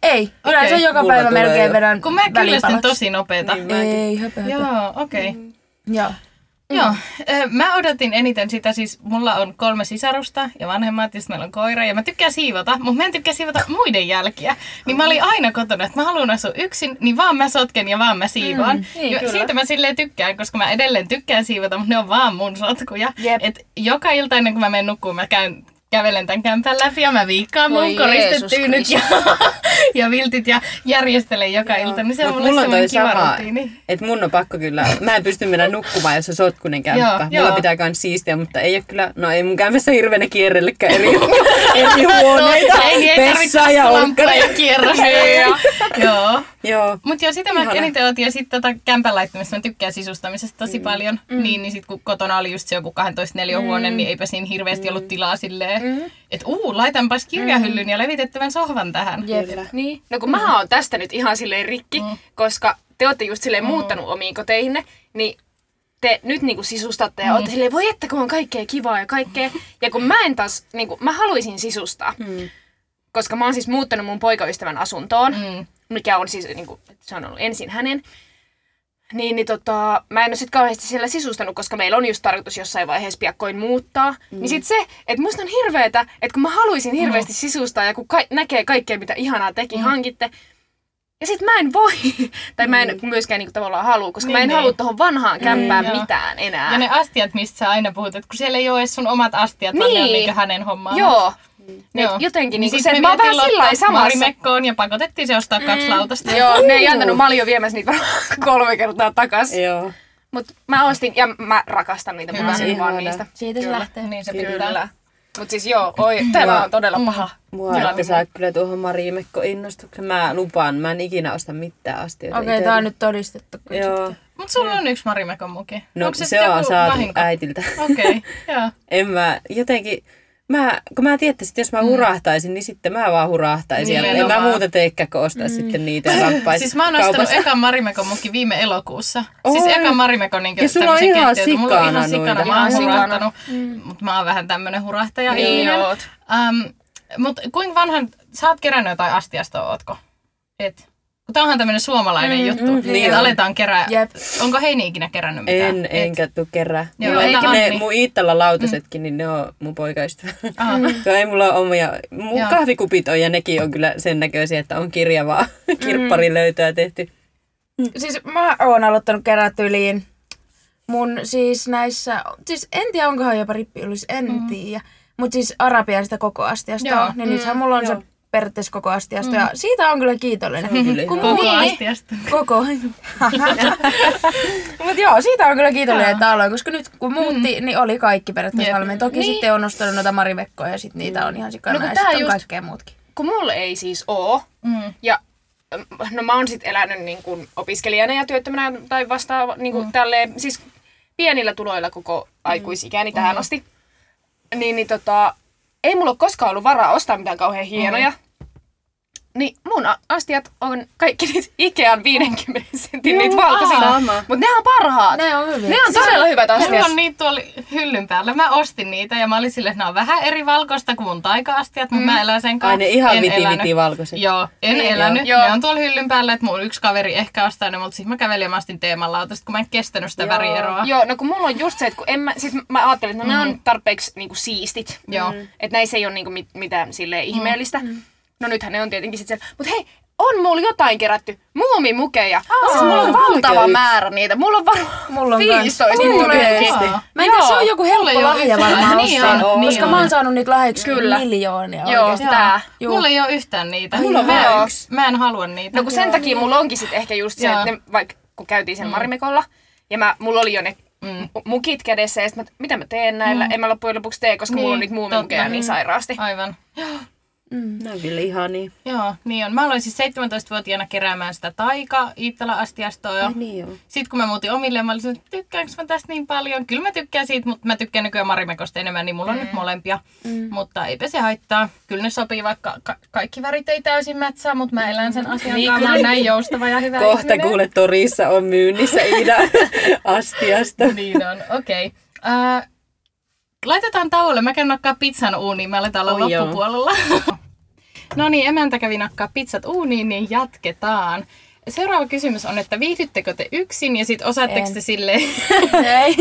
Speaker 4: Ei, yleensä
Speaker 3: Okei.
Speaker 4: joka
Speaker 2: Mulla
Speaker 4: päivä
Speaker 2: tulee
Speaker 4: melkein
Speaker 2: jo.
Speaker 4: vedän
Speaker 3: Kun mä kyllästyn
Speaker 4: välipalaksi.
Speaker 3: tosi nopeeta. Niin.
Speaker 4: Ei, höpö, höpö.
Speaker 3: Joo, okei. Okay.
Speaker 4: Joo.
Speaker 3: Joo, ö, mä odotin eniten sitä, siis mulla on kolme sisarusta ja vanhemmat, ja sit meillä on koira, ja mä tykkään siivota, mutta mä en tykkää siivota muiden jälkiä. Niin mä olin aina kotona, että mä haluan asua yksin, niin vaan mä sotken ja vaan mä siivoan. Mm,
Speaker 1: niin,
Speaker 3: ja
Speaker 1: kyllä.
Speaker 3: siitä mä silleen tykkään, koska mä edelleen tykkään siivota, mutta ne on vaan mun sotkuja.
Speaker 4: Jep.
Speaker 3: Et joka ilta ennen kuin mä menen nukkumaan, mä käyn kävelen tämän kämpän läpi ja mä viikkaan mun
Speaker 1: Voi
Speaker 3: koristetyynyt
Speaker 1: Jeesus
Speaker 3: ja, ja viltit ja järjestelen joka ilta. Niin se on
Speaker 2: Mut
Speaker 3: mulle
Speaker 2: mulla on toi
Speaker 3: semmoinen kiva
Speaker 2: sama,
Speaker 3: rutiini.
Speaker 2: että mun on pakko kyllä, mä en pysty mennä nukkumaan, jos on sotkunen
Speaker 3: Joo,
Speaker 2: kämppä. Mulla
Speaker 3: joo.
Speaker 2: pitää kans siistiä, mutta ei ole kyllä, no ei mun kämpässä hirveänä kierrellekään eri, eri huoneita,
Speaker 3: ei, niin ei
Speaker 2: vessa
Speaker 3: tarvitse
Speaker 2: ja
Speaker 3: lamppua
Speaker 2: olkkari.
Speaker 3: ja kierrosta. Joo.
Speaker 2: Joo,
Speaker 3: Mutta joo, sitä mä
Speaker 2: Ihana.
Speaker 3: eniten otin. Ja sitten tota kämpän laittamista, mä tykkään sisustamisesta tosi
Speaker 1: Mm.
Speaker 3: paljon. Niin, niin sitten kun kotona oli just se joku 12 neliöhuone, niin eipä siinä hirveästi
Speaker 1: Mm.
Speaker 3: ollut tilaa silleen, että uu, laitanpas kirjahyllyn ja levitettävän sohvan tähän.
Speaker 4: Jep.
Speaker 1: Niin. No kun mä oon tästä nyt ihan silleen rikki, koska te ootte just silleen muuttanut omiin koteihinne, niin te nyt niinku sisustatte ja ootte silleen, voi että kun on kaikkea kivaa ja kaikkea. Ja kun mä en taas, niinku, mä haluaisin sisustaa, koska mä oon siis muuttanut mun poikaystävän asuntoon,
Speaker 3: Mm.
Speaker 1: mikä on siis, niinku, se on ollut ensin hänen. Niin, niin tota, mä en ole sit kauheasti siellä sisustanut, koska meillä on just tarkoitus jossain vaiheessa piakkoin muuttaa. Mm. Niin sit se, että musta on hirveetä, että kun mä haluaisin hirveästi
Speaker 3: Mm.
Speaker 1: sisustaa ja kun ka- näkee kaikkea, mitä ihanaa teki, mm. hankitte. Ja sit mä en voi, tai mä en myöskään niinku tavallaan halua, koska
Speaker 3: Niin,
Speaker 1: mä en
Speaker 3: Mm. niin.
Speaker 1: halua tohon vanhaan kämppään
Speaker 3: joo.
Speaker 1: mitään enää.
Speaker 3: Ja ne astiat, mistä sä aina puhut, että kun siellä ei ole edes sun omat astiat, vaan ne on
Speaker 1: Niin.
Speaker 3: niinku hänen hommaa.
Speaker 1: Joo. Niin, jotenkin niinku
Speaker 3: Mm.
Speaker 1: se,
Speaker 3: sit me
Speaker 1: että mä oon vähän
Speaker 3: vietiin
Speaker 1: sillä lailla
Speaker 3: Lotta
Speaker 1: samassa. Mm.
Speaker 3: Marimekkoon ja pakotettiin se ostaa kaksi lautasta.
Speaker 1: Joo, ne ei antanut, mä olin jo viemässä niitä varmaan kolme kertaa takas.
Speaker 2: joo.
Speaker 1: Mut mä ostin, ja mä rakastan niitä, mä
Speaker 3: Hyvä.
Speaker 1: oon vaan
Speaker 2: Ihana.
Speaker 1: niistä.
Speaker 4: Siitä se lähtee.
Speaker 3: Niin se Mm. pitää.
Speaker 1: Kyllä. Mut siis joo, oi, tämä on todella paha.
Speaker 2: Mua ette saa kyllä tuohon Marimekko innostuksen. Mä lupaan, mä en ikinä osta mitään astioita.
Speaker 4: Okei, tää on nyt todistettu.
Speaker 2: itselleni. Joo.
Speaker 3: Mut sulla on yksi Marimekon muki.
Speaker 2: No
Speaker 3: Onks
Speaker 2: se,
Speaker 3: sit
Speaker 2: on
Speaker 3: joku
Speaker 2: saatu
Speaker 3: vahinko?
Speaker 2: äitiltä.
Speaker 3: Okei, joo.
Speaker 2: en mä jotenkin, mä, kun mä tiedän, että jos mä hurahtaisin, niin sitten mä vaan hurahtaisin. Niin, en mä
Speaker 3: Nimenomaan.
Speaker 2: muuta teekään, kun ostaa mm. sitten niitä ja lappaisin
Speaker 3: Siis mä oon ostanut
Speaker 2: kaupassa.
Speaker 3: ekan Marimekon mukin viime elokuussa. Siis
Speaker 2: Oi.
Speaker 3: ekan Marimekon niin
Speaker 2: Ja sulla on ihan
Speaker 3: Mulla on
Speaker 2: sikana
Speaker 3: ihan sikana.
Speaker 2: noita.
Speaker 3: Mä oon
Speaker 1: Ihan sikana.
Speaker 3: hurahtanut, mutta mä oon vähän tämmönen hurahtaja
Speaker 1: Niin
Speaker 3: ihminen.
Speaker 1: oot.
Speaker 3: Um, mutta kuinka vanhan, sä oot kerännyt jotain astiasta, ootko? Et. Kun tää onhan tämmönen suomalainen mm, juttu, mm,
Speaker 2: niin
Speaker 3: niin että
Speaker 2: on.
Speaker 3: aletaan kerää.
Speaker 4: Jep.
Speaker 3: Onko Heini ikinä kerännyt mitään?
Speaker 2: En,
Speaker 3: Et.
Speaker 2: enkä tuu kerää.
Speaker 3: Joo,
Speaker 2: Joo,
Speaker 3: eikä
Speaker 2: ne
Speaker 3: Anni.
Speaker 2: mun Iittalla lautasetkin, niin ne on mun poikaista.
Speaker 3: Aha.
Speaker 2: Joo, ei mulla ole omia. Mun
Speaker 3: Joo.
Speaker 2: kahvikupit on ja nekin on kyllä sen näköisiä, että on kirja vaan. Kirppari löytää tehty.
Speaker 4: Siis mä oon aloittanut kerät yliin mun siis näissä, siis en tiedä onkohan jopa rippiylis, en mm. tiedä. Mutta siis arabian sitä koko astiasta
Speaker 3: Joo.
Speaker 4: on, niin mm. nythän mulla on se periaatteessa koko astiasta ja siitä on kyllä kiitollinen.
Speaker 2: kyllä
Speaker 4: Kun
Speaker 3: Koko
Speaker 4: niin,
Speaker 3: astiasta.
Speaker 4: Koko. Mutta joo, siitä on kyllä kiitollinen, että aloin, koska nyt kun muutti, niin oli kaikki periaatteessa
Speaker 3: Jep.
Speaker 4: valmiina. Toki
Speaker 1: Niin.
Speaker 4: sitten on ostanut noita marivekkoja ja sitten niitä on ihan sikana
Speaker 1: No kun
Speaker 4: ja
Speaker 1: tää
Speaker 4: sitten on
Speaker 1: just-
Speaker 4: kaikkea muutkin.
Speaker 1: Kun mulla ei siis oo,
Speaker 3: Mm.
Speaker 1: ja mm, no mä oon sit elänyt niin kun opiskelijana ja työttömänä tai vastaava, niin kun tälleen, siis pienillä tuloilla koko aikuisikäni tähän asti, niin, niin tota, ei mulla ole koskaan ollut varaa ostaa mitään kauhean hienoja. Niin mun a- astiat on kaikki niitä Ikean 50 sentin niitä valkoisia.
Speaker 2: Sama.
Speaker 1: Mutta ne on parhaat.
Speaker 4: Ne on hyviä.
Speaker 1: Ne on todella hyvät
Speaker 3: Mulla
Speaker 1: astiat.
Speaker 3: on niitä tuolla hyllyn päällä. Mä ostin niitä ja mä olin silleen, että nämä on vähän eri valkoista kuin mun taika-astiat, mutta mä elän sen kanssa.
Speaker 2: Ai ne ihan
Speaker 3: En
Speaker 2: viti
Speaker 3: elänyt.
Speaker 2: viti valkoiset.
Speaker 3: Joo, en niin, elänyt. Joo.
Speaker 1: Joo.
Speaker 3: Ne on tuolla hyllyn päällä, että mun yksi kaveri ehkä ostaa ne, mutta siis mä kävelin ja mä ostin teemalautasta, kun mä en kestänyt sitä
Speaker 2: Joo.
Speaker 3: värieroa.
Speaker 1: Joo, no kun mulla on just se, että kun en mä, sit mä ajattelin, että no mm. ne on tarpeeksi niinku siistit.
Speaker 3: Joo.
Speaker 1: Mm. Että näissä ei ole niinku mit, mitään silleen ihmeellistä. Mm. No nythän ne on tietenkin sitten siellä. Mutta hei, on mulla jotain kerätty. Muumimukeja. Aa, siis mulla on
Speaker 2: mulla
Speaker 1: valtava
Speaker 2: yksi.
Speaker 1: määrä niitä. Mulla on varmaan
Speaker 4: Mulla on kans.
Speaker 1: 15
Speaker 4: Mulla
Speaker 1: niitä
Speaker 4: on
Speaker 1: mukeja.
Speaker 4: kans.
Speaker 3: Joo.
Speaker 4: Mä en tiedä,
Speaker 1: Joo.
Speaker 4: se on joku helppo
Speaker 3: Mulla ei oo
Speaker 4: lahja
Speaker 3: yhtään.
Speaker 4: varmaan
Speaker 3: Niin
Speaker 4: ostaa,
Speaker 3: on, niin
Speaker 4: koska
Speaker 3: on.
Speaker 4: mä oon saanut niitä lahjaksi
Speaker 1: Kyllä.
Speaker 4: miljoonia
Speaker 1: Joo,
Speaker 4: oikeesti.
Speaker 1: tää.
Speaker 4: Juu.
Speaker 3: Mulla ei ole yhtään niitä.
Speaker 2: Mulla on
Speaker 3: mä,
Speaker 2: vaan
Speaker 3: en-
Speaker 2: yksi.
Speaker 3: Mä en halua niitä.
Speaker 1: No kun sen takia mulla onkin sitten ehkä just se,
Speaker 3: Joo.
Speaker 1: että ne, vaikka kun käytiin sen Marimekolla, ja mä, mulla oli jo ne
Speaker 3: Mm.
Speaker 1: mu- mukit kädessä, ja sit mä, mitä mä teen näillä, en mä loppujen lopuksi tee, koska mulla on
Speaker 3: Niin,
Speaker 1: niitä muumimukeja
Speaker 3: totta.
Speaker 1: Mm. niin sairaasti.
Speaker 3: Aivan.
Speaker 2: Ne on kyllä ihania.
Speaker 3: Joo, niin on. Mä aloin siis 17-vuotiaana keräämään sitä taika Iittala-astiastoa jo.
Speaker 2: Ai niin joo.
Speaker 3: Sitten kun mä muutin omille, mä olisin, että tykkäänkö mä tästä niin paljon. Kyllä mä tykkään siitä, mutta mä tykkään nykyään Marimekosta enemmän, niin mulla on mm. nyt molempia. Mm. Mutta eipä se haittaa. Kyllä ne sopii, vaikka ka- kaikki värit ei täysin mätsää, mutta mä elän sen asian niin, kanssa. Mä oon näin joustava ja hyvä
Speaker 2: Kohta
Speaker 3: ihminen.
Speaker 2: kuule torissa on myynnissä Iida astiasta.
Speaker 3: Niin on, okei. Okay. Äh, laitetaan tauolle. Mä käyn nakkaa pizzan uuniin. Mä aletaan olla
Speaker 2: Oi joo.
Speaker 3: loppupuolella. no niin, emäntä kävi nakkaa pizzat uuniin, niin jatketaan. Seuraava kysymys on, että viihdyttekö te yksin ja sitten osaatteko
Speaker 4: En.
Speaker 3: te silleen
Speaker 4: Ei.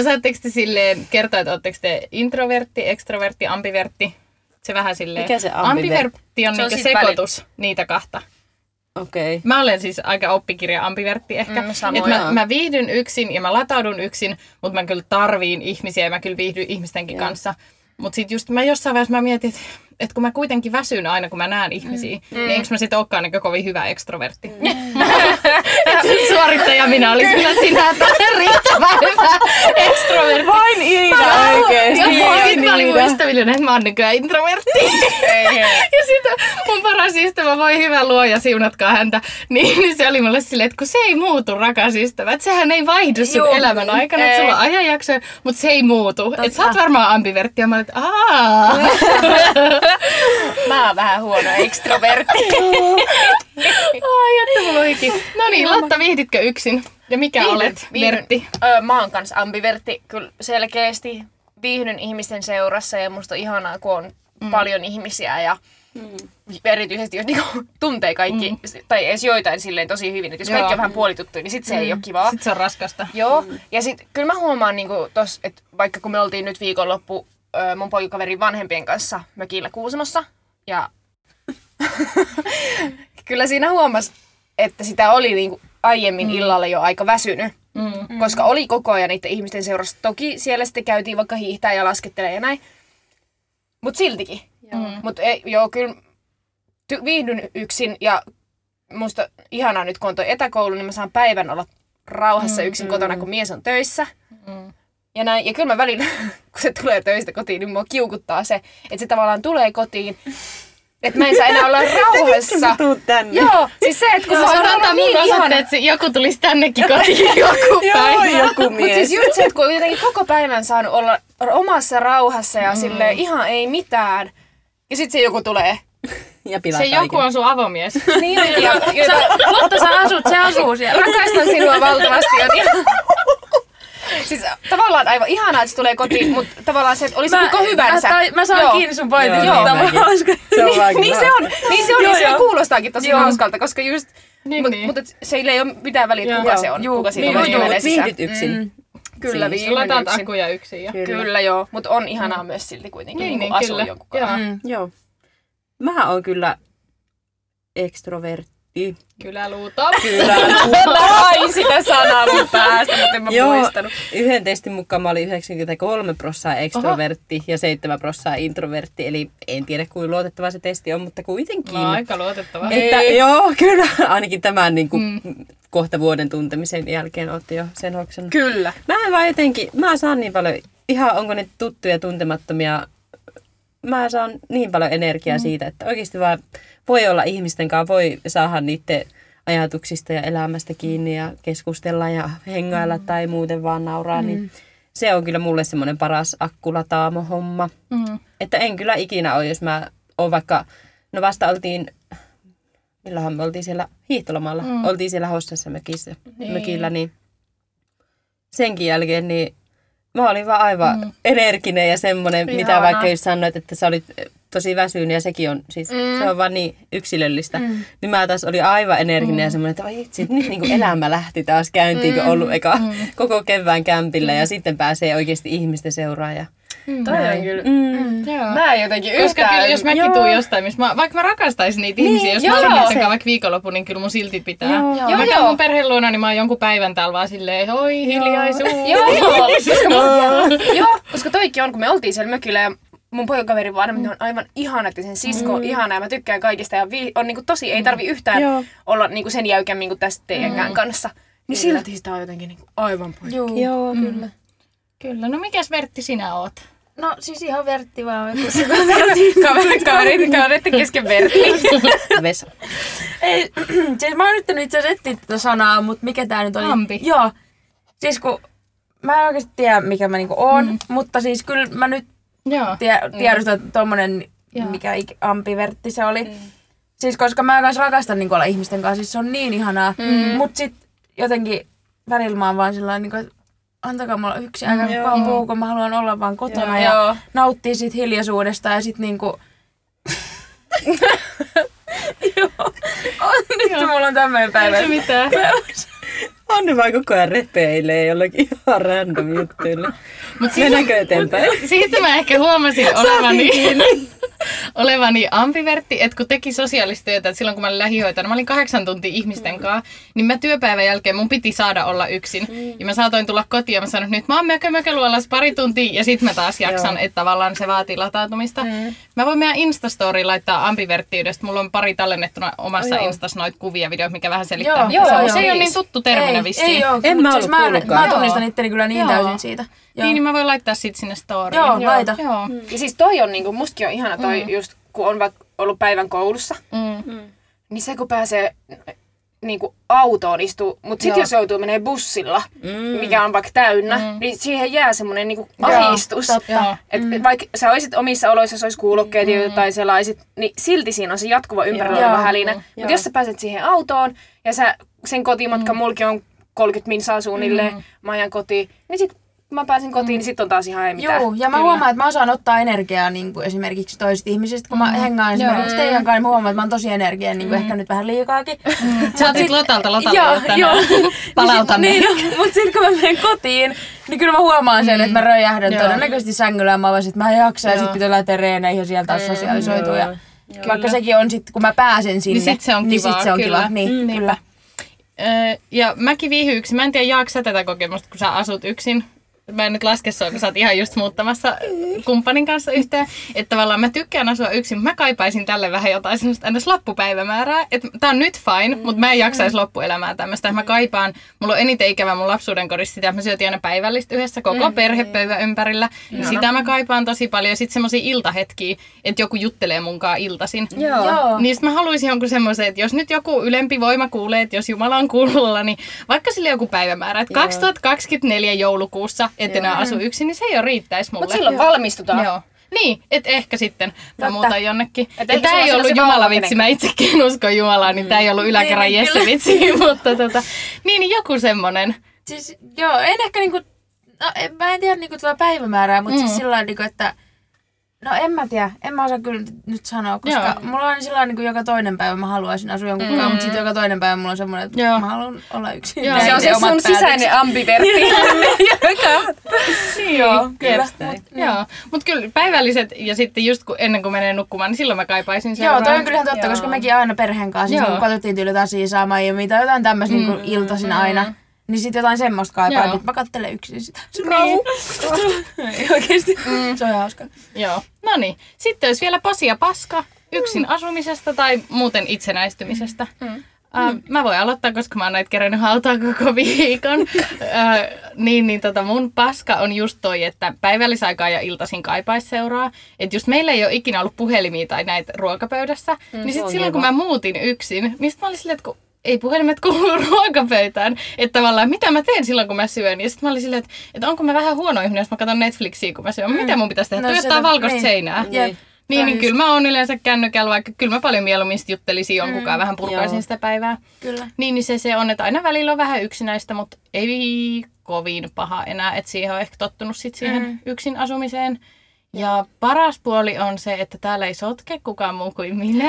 Speaker 3: Osaatteko te silleen kertoa, että ootteko te introvertti, ekstrovertti, ambivertti? Se vähän silleen.
Speaker 2: Mikä se ambivertti?
Speaker 3: ambivertti on,
Speaker 1: Se on
Speaker 3: niinku
Speaker 1: sit
Speaker 3: sekoitus niitä kahta.
Speaker 2: Okei. Okay.
Speaker 3: Mä olen siis aika oppikirja ambivertti ehkä.
Speaker 1: Mm, samoin.
Speaker 3: Et mä, mä viihdyn yksin ja mä lataudun yksin, mutta mä kyllä tarviin ihmisiä ja mä kyllä viihdyn ihmistenkin kanssa. Mutta sitten just mä jossain vaiheessa mä mietin, että et kun mä kuitenkin väsyn aina, kun mä näen ihmisiä, mm. niin eikö mä sitten olekaan niin kovin hyvä ekstrovertti? Mm. Et suorittaja minä olin kyllä sinä, että olen riittävän hyvä ekstrovertti.
Speaker 2: Vain Iida oikeesti. Niin,
Speaker 3: Ja
Speaker 2: Vain
Speaker 3: sitten mä olin mun
Speaker 2: Iida.
Speaker 3: ystävillinen, että mä oon nykyään introvertti. ja sitten mun paras ystävä, voi hyvä luoja, siunatkaa häntä. Niin, niin se oli mulle silleen, että kun se ei muutu, rakas ystävä. Että sehän ei vaihdu sun
Speaker 4: Juu.
Speaker 3: elämän aikana. Että sulla on ajanjakso, mutta se ei muutu. Että sä oot varmaan ambivertti. Ja mä olin, että aah.
Speaker 1: Mä oon vähän huono ekstrovertti.
Speaker 3: Ai, jättä mulla hiki. No niin, Lotta, viihditkö yksin? Ja mikä olet,
Speaker 1: Viihdyn-
Speaker 3: Vertti?
Speaker 1: Öö, mä oon kans ambivertti kyllä selkeästi. Viihdyn ihmisten seurassa ja musta on ihanaa, kun on mm. paljon ihmisiä ja mm. erityisesti jos niinku tuntee kaikki, mm. tai edes joitain silleen tosi hyvin, että jos
Speaker 3: Joo.
Speaker 1: kaikki on vähän puolituttuja, niin sit se mm. ei ole kivaa.
Speaker 3: Sitten se on raskasta.
Speaker 1: Mm. Joo, ja sitten kyllä mä huomaan niinku tos, että vaikka kun me oltiin nyt viikonloppu ö, mun poikakaverin vanhempien kanssa mökillä Kuusamossa, ja kyllä siinä huomas, että sitä oli niinku aiemmin mm. illalla jo aika väsynyt. Mm. Koska oli koko ajan niiden ihmisten seurassa. Toki siellä sitten käytiin vaikka hiihtää ja laskettelee ja näin. Mutta siltikin. Joo. Mutta joo, kyllä ty- viihdyn yksin ja musta ihanaa nyt kun on toi etäkoulu, niin mä saan päivän olla rauhassa mm, yksin mm. kotona, kun mies on töissä. Mm. Ja, näin, ja kyllä mä välillä, kun se tulee töistä kotiin, niin mua kiukuttaa se, että se tavallaan tulee kotiin, että mä en saa enää olla
Speaker 2: Miksi sä
Speaker 1: rauhassa.
Speaker 2: tuut tänne?
Speaker 1: Joo, siis se, että kun
Speaker 3: Joo,
Speaker 1: se on
Speaker 3: antaa
Speaker 1: ollut niin
Speaker 3: mun
Speaker 1: ihana.
Speaker 3: ihana. että se- joku tulisi tännekin kotiin joku
Speaker 2: Joo,
Speaker 3: päivä.
Speaker 2: joku
Speaker 1: Mutta
Speaker 2: mies.
Speaker 1: siis just se, että kun on jotenkin koko päivän saanut olla omassa rauhassa ja mm. silleen ihan ei mitään. Ja sitten se joku tulee.
Speaker 2: Ja pilaa
Speaker 3: Se joku
Speaker 2: kaiken.
Speaker 3: on sun avomies.
Speaker 1: Niin onkin. Ja, ja, ja,
Speaker 4: Lotta, sä asut, se asuu siellä.
Speaker 1: rakastan sinua valtavasti. Ja, ja, siis tavallaan aivan ihanaa, että se tulee kotiin, mutta tavallaan se, että olisi kuka hyvänsä.
Speaker 4: Mä, tai, mä saan
Speaker 1: Joo.
Speaker 4: kiinni sun pointin.
Speaker 1: Joo,
Speaker 4: Joo,
Speaker 2: mäkin. Se on vaan
Speaker 1: Niin se on, niin se on,
Speaker 4: Joo,
Speaker 1: niin se
Speaker 4: joo.
Speaker 1: kuulostaakin tosi hauskalta, koska just,
Speaker 3: Niin,
Speaker 1: mut-
Speaker 3: niin.
Speaker 1: mutta sillä ei ole mitään väliä, että
Speaker 3: Joo.
Speaker 1: kuka se on,
Speaker 4: Juu,
Speaker 1: kuka
Speaker 3: niin,
Speaker 1: siitä
Speaker 3: juu,
Speaker 1: menee
Speaker 2: Mut
Speaker 1: sisään.
Speaker 2: viihdit yksin.
Speaker 1: Kyllä,
Speaker 2: Siis
Speaker 1: viihdyn
Speaker 3: Laitaat
Speaker 1: yksin.
Speaker 3: akuja yksin ja...
Speaker 2: Kyllä.
Speaker 1: Niin, Kyllä joo, mutta on ihanaa myös silti kuitenkin, niin,
Speaker 3: Niin,
Speaker 1: niin,
Speaker 3: niin,
Speaker 1: asuu
Speaker 3: kyllä.
Speaker 1: jonkun
Speaker 3: Joo.
Speaker 1: kanssa.
Speaker 4: Mm.
Speaker 2: Joo. Mä oon kyllä ekstrovertti.
Speaker 3: Kyllä luuta.
Speaker 2: Kyllä.
Speaker 1: Ai sitä sanaa mun päästä, mutta en mä
Speaker 2: Joo,
Speaker 1: muistanut.
Speaker 2: yhden testin mukaan mä olin 93 prossaa ekstrovertti ja 7 prossaa introvertti, eli en tiedä kuinka luotettava se testi on, mutta kuitenkin.
Speaker 3: No aika luotettava.
Speaker 2: Että, joo, kyllä. Ainakin tämän niin kuin, mm. kohta vuoden tuntemisen jälkeen olette jo sen hoksannut.
Speaker 1: Kyllä.
Speaker 2: Mä en vaan jotenkin, mä saan niin paljon, ihan onko ne tuttuja tuntemattomia, mä saan niin paljon energiaa mm. siitä, että oikeasti vaan voi olla ihmisten kanssa, voi saada niiden ajatuksista ja elämästä kiinni ja keskustella ja hengailla mm. tai muuten vaan nauraa, mm. niin se on kyllä mulle semmoinen paras akkulataamo-homma.
Speaker 3: Mm.
Speaker 2: Että en kyllä ikinä ole, jos mä oon vaikka, no vasta oltiin, milloinhan me oltiin siellä hiihtolomalla, mm. oltiin siellä Hossassa mökissä, niin. mökillä, niin senkin jälkeen niin mä olin vaan aivan mm. energinen ja semmoinen, mitä
Speaker 1: Ihanaa.
Speaker 2: vaikka jos sanoit, että sä olit eh, tosi väsynyt ja sekin on, siis mm. se on vaan niin yksilöllistä. Mm. Niin mä taas olin aivan energinen mm. ja semmoinen, että ai itse, nyt niin kuin elämä lähti taas käyntiin, kun ollut eka koko kevään kämpillä ja sitten pääsee oikeasti ihmisten seuraan ja
Speaker 1: Toi on kyllä.
Speaker 2: mm.
Speaker 3: Joo.
Speaker 1: Mä en jotenkin
Speaker 3: Koska
Speaker 1: yhtään.
Speaker 3: kyllä, jos mäkin
Speaker 2: Joo.
Speaker 3: tuun jostain, missä mä, vaikka mä rakastaisin niitä niin, ihmisiä, jos
Speaker 1: joo,
Speaker 3: mä olen
Speaker 1: joo.
Speaker 3: niiden kanssa vaikka viikonloppu, niin kyllä mun silti pitää.
Speaker 2: Joo.
Speaker 3: Ja mä
Speaker 1: Joo,
Speaker 3: käyn
Speaker 1: joo.
Speaker 3: mun perheen luona, niin mä oon jonkun päivän täällä vaan silleen, oi hiljaisuus.
Speaker 1: Joo, joo, koska, mun, joo, koska toikin on, kun me oltiin siellä mökillä ja mun poikakaverin vanhemmat ne on aivan ihanat ja sen sisko on ihana ja mä tykkään kaikista ja vii, on niinku tosi, ei tarvi yhtään
Speaker 2: Joo.
Speaker 1: olla niinku sen jäykemmin kuin tästä teidänkään kanssa. Niin silti sitä on jotenkin niinku aivan poikki.
Speaker 4: Juu,
Speaker 2: Joo,
Speaker 4: kyllä.
Speaker 3: Kyllä, no mikäs Vertti sinä oot?
Speaker 4: No siis ihan vertti vaan.
Speaker 1: Kaverit, kaverit, kaverit kesken verti.
Speaker 2: Vesa.
Speaker 4: Ei, siis mä oon yrittänyt itse asiassa etsiä tätä sanaa, mutta mikä tää nyt oli?
Speaker 3: Ampi.
Speaker 4: Joo. Siis kun mä en oikeesti tiedä, mikä mä niinku oon, mm. mutta siis kyllä mä nyt
Speaker 3: Joo.
Speaker 4: tie, tiedostan, että tommonen,
Speaker 3: Joo.
Speaker 4: mikä ik- ampivertti se oli. Mm. Siis koska mä myös rakastan niinku olla ihmisten kanssa, siis se on niin ihanaa. Mm. Mut sit jotenkin välillä mä oon vaan sillä niinku, että antakaa mulla yksi aika mm. vaan puu, kun mä haluan olla vaan kotona ja
Speaker 1: Joo.
Speaker 4: nauttia siitä hiljaisuudesta ja sit niinku... Joo. On, nyt mulla on tämmöinen päivä.
Speaker 3: Ei se mitään.
Speaker 2: Anne vaan koko ajan repeilee jollakin ihan random siis- juttuilla. Mut Mennäänkö eteenpäin?
Speaker 4: niin
Speaker 3: Siitä mä ehkä huomasin olevani, olevani ambivertti, että kun teki sosiaalistyötä, että silloin kun mä olin lähihoitajana, mä olin kahdeksan tuntia ihmisten
Speaker 4: Mm.
Speaker 3: kanssa, niin mä työpäivän jälkeen mun piti saada olla yksin.
Speaker 4: Mm.
Speaker 3: Ja mä saatoin tulla kotiin ja mä sanoin, että nyt mä oon mökö, mökö luolas pari tuntia ja sit mä taas jaksan, että tavallaan se vaatii latautumista.
Speaker 4: Mm.
Speaker 3: Mä voin meidän Instastoriin laittaa ambiverttiydestä, mulla on pari tallennettuna omassa
Speaker 2: joo.
Speaker 3: Instas noita kuvia ja videoita, mikä vähän selittää.
Speaker 4: Joo,
Speaker 3: mutta
Speaker 4: joo,
Speaker 3: se,
Speaker 4: joo,
Speaker 3: se ei ole niin
Speaker 4: please.
Speaker 3: tuttu terminä vissiin.
Speaker 4: Ei, ei oo,
Speaker 2: En
Speaker 4: mut
Speaker 2: mä
Speaker 4: siis
Speaker 2: ollut
Speaker 4: mä,
Speaker 2: kuullutkaan.
Speaker 4: mä tunnistan
Speaker 3: Joo.
Speaker 4: itteni kyllä niin
Speaker 3: Joo.
Speaker 4: täysin siitä. Joo.
Speaker 3: Niin, niin mä voin laittaa sit sinne storiin.
Speaker 4: Joo, laita.
Speaker 3: Joo.
Speaker 1: Ja siis toi on niinku, mustakin on ihana toi mm. just, kun on vaikka ollut päivän koulussa,
Speaker 3: Mm.
Speaker 1: niin se kun pääsee niinku autoon istuu, mutta
Speaker 3: Joo.
Speaker 1: sitten jos joutuu menee bussilla, mm. mikä on vaikka täynnä, mm. niin siihen jää semmoinen niinku ahdistus.
Speaker 4: totta.
Speaker 3: Joo.
Speaker 1: Et mm. Vaikka sä olisit omissa oloissa, jos olisi kuulokkeet mm. tai selaisit, niin silti siinä on se jatkuva ympärillä
Speaker 4: Joo.
Speaker 1: oleva
Speaker 4: Joo.
Speaker 1: hälinä. Mutta jos sä pääset siihen autoon ja sä, sen kotimatka mm. mulki on 30 minsaa suunnilleen, mm. mä ajan kotiin, niin sit kun mä pääsen kotiin, niin sit on taas ihan ei mitään.
Speaker 4: Joo, ja mä huomaan, että mä osaan ottaa energiaa niin kuin esimerkiksi toisista ihmisistä, kun
Speaker 3: Mm-hmm.
Speaker 4: mä hengaan esimerkiksi teidän kanssa, niin mä huomaan, että mä oon tosi energiaa, niin kuin ehkä nyt vähän liikaakin. Mut
Speaker 3: Mm-hmm. Sä otit
Speaker 4: sit-
Speaker 3: Lotalta Lotalle
Speaker 4: Joo,
Speaker 3: tänään.
Speaker 4: joo.
Speaker 3: Palautan ne.
Speaker 4: niin, niin, mutta sitten kun mä menen kotiin, niin kyllä mä huomaan sen, että mä röjähdän
Speaker 3: Mm-hmm. Joo.
Speaker 4: todennäköisesti sängyllä ja mä vaan sit mä en jaksa ja
Speaker 3: Joo. Mm-hmm.
Speaker 4: sitten pitää lähteä reeneihin ja sieltä taas sosiaalisoituu. Ja vaikka
Speaker 3: Kyllä.
Speaker 4: sekin on sitten, kun mä pääsen sinne,
Speaker 3: Niin sit se on
Speaker 4: niin
Speaker 3: kivaa,
Speaker 4: sit se on
Speaker 3: kyllä.
Speaker 4: kiva. Niin,
Speaker 3: Mm,
Speaker 4: kyllä.
Speaker 3: Öö, ja mäkin viihy yksin. Mä en tiedä, jaaksa sä tätä kokemusta, kun sä asut yksin. Mä en nyt laske sua, kun sä oot ihan just muuttamassa kumppanin kanssa yhteen. Että tavallaan mä tykkään asua yksin, mutta mä kaipaisin tälle vähän jotain semmoista ns. loppupäivämäärää. Että tää on nyt fine, mutta mä en jaksaisi loppuelämää tämmöistä. Mä kaipaan, mulla on eniten ikävä mun lapsuuden kodissa sitä, että mä syötiin aina päivällistä yhdessä koko mm. perhepöydän ympärillä. Niin sitä mä kaipaan tosi paljon. Ja sit semmosia iltahetkiä, että joku juttelee munkaan iltasin.
Speaker 4: Joo.
Speaker 3: Niin sit mä haluaisin jonkun semmoisen, että jos nyt joku ylempi voima kuulee, että jos Jumala on kuulolla, niin vaikka sille joku päivämäärä, että 2024 joulukuussa, että enää asu yksin, niin se jo riittäisi mulle.
Speaker 1: Mutta silloin valmistutaan.
Speaker 3: Joo. Niin, et ehkä sitten mä muutan jonnekin.
Speaker 1: Et
Speaker 3: Et
Speaker 1: ehkä
Speaker 3: tämä
Speaker 1: sulla
Speaker 3: ei
Speaker 1: on
Speaker 3: ollut
Speaker 1: sellaisia
Speaker 3: jumalavitsi,
Speaker 1: vauvakenenkään.
Speaker 3: mä itsekin en usko Jumalaa, niin tämä ei ollut yläkerran
Speaker 4: Niin, niin,
Speaker 3: Jesse
Speaker 4: kyllä.
Speaker 3: vitsi, mutta tota, niin niin joku semmonen.
Speaker 4: Siis joo, en ehkä niinku, no en, mä en tiedä niinku tuota päivämäärää, mutta mm. siis sillä lailla niinku, että No en mä tiedä, en mä osaa kyllä nyt sanoa, koska
Speaker 3: Joo.
Speaker 4: joo. mulla on sillä lailla niinku joka toinen päivä mä haluaisin asua jonkun kanssa, mutta sitten joka toinen päivä mulla on semmoinen, että
Speaker 3: Joo.
Speaker 4: mä haluan olla yksin.
Speaker 3: Joo.
Speaker 4: tehdä
Speaker 1: Se on
Speaker 4: ne
Speaker 1: se
Speaker 4: omat
Speaker 1: sun
Speaker 4: päätökset.
Speaker 1: sisäinen ambivertti.
Speaker 3: Niin, joo,
Speaker 4: kyllä.
Speaker 3: Joo, mutta kyllä päivälliset ja sitten just kun, ennen kuin menee nukkumaan, niin silloin mä kaipaisin
Speaker 4: Joo,
Speaker 3: seuraavan.
Speaker 4: toi on kyllähän totta, koska mekin aina perheen kanssa, siis
Speaker 3: Joo.
Speaker 4: niinku katsottiin tyyli jotain siisaamia ja mitä jotain tämmöistä niinku iltaisin aina. Niin sitten jotain semmoista kaipaa,
Speaker 3: Joo.
Speaker 4: että nyt mä kattelen yksin sitä. Rau. Ei oikeesti. Se on hauska.
Speaker 3: Joo, no niin. Sitten olisi vielä posi ja paska yksin asumisesta tai muuten itsenäistymisestä. Mm. Uh, mä voin aloittaa, koska mä oon näitä kerännyt hautaa koko viikon. uh, niin, niin tota mun paska on just toi, että päivällisaikaa ja iltaisin kaipaisi seuraa. Että just meillä ei ole ikinä ollut puhelimia tai näitä ruokapöydässä. Mm, niin sit silloin, kun mä muutin yksin, niin sit mä olin silleen, että kun ei puhelimet kuulu ruokapöytään. Että tavallaan, mitä mä teen silloin, kun mä syön. Ja sitten mä olin silleen, että, että onko mä vähän huono ihminen, jos mä katson Netflixiä, kun mä syön. Mitä mun pitäisi tehdä?
Speaker 4: No,
Speaker 3: No, Tuijottaa
Speaker 4: se-
Speaker 3: valkoista
Speaker 4: niin.
Speaker 3: seinää.
Speaker 4: Jep.
Speaker 3: Niin, niin
Speaker 4: Just.
Speaker 3: kyllä mä oon yleensä kännykällä, vaikka kyllä mä paljon mieluummin sit juttelisin
Speaker 4: Mm,
Speaker 3: jonkun kanssa, vähän purkaisin
Speaker 2: joo.
Speaker 3: sitä päivää.
Speaker 4: Kyllä.
Speaker 3: Niin, niin se, se on, että aina välillä on vähän yksinäistä, mutta ei kovin paha enää, että siihen on ehkä tottunut sit siihen mm. yksin asumiseen. Ja paras puoli on se, että täällä ei sotke kukaan muu kuin minä.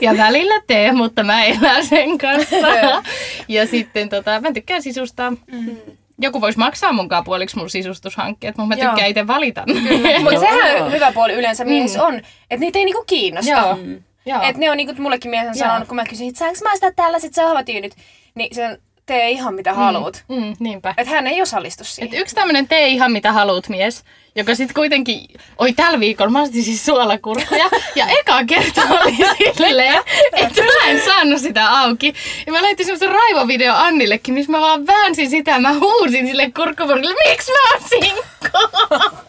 Speaker 3: ja välillä tee, mutta mä elän sen kanssa. ja sitten tota, mä tykkään sisustaa. Mm. Joku voisi maksaa munkaan puoliksi mun sisustushankkeet, mutta mä
Speaker 4: Joo.
Speaker 3: tykkään itse valita. ne.
Speaker 1: Mutta
Speaker 2: Joo.
Speaker 1: sehän hyvä puoli yleensä miehissä on, että niitä ei niinku kiinnosta.
Speaker 3: Mm. Joo. Joo.
Speaker 1: Et ne on niinku mullekin mies on sanonut, kun mä kysyin, että saanko mä sitä tällaiset sohvatyynyt, niin se on, tee ihan mitä haluat.
Speaker 3: Mm, niinpä.
Speaker 1: Että hän ei osallistu siihen.
Speaker 3: Et yksi tämmönen tee ihan mitä haluut mies, joka sitten kuitenkin, oi tällä viikolla mä ostin siis suolakurkkuja ja eka kerta oli silleen, että mä en saanut sitä auki. Ja mä lähetin semmoisen raivovideo Annillekin, missä mä vaan väänsin sitä mä huusin sille kurkkupurkille, miksi mä oon sinkku?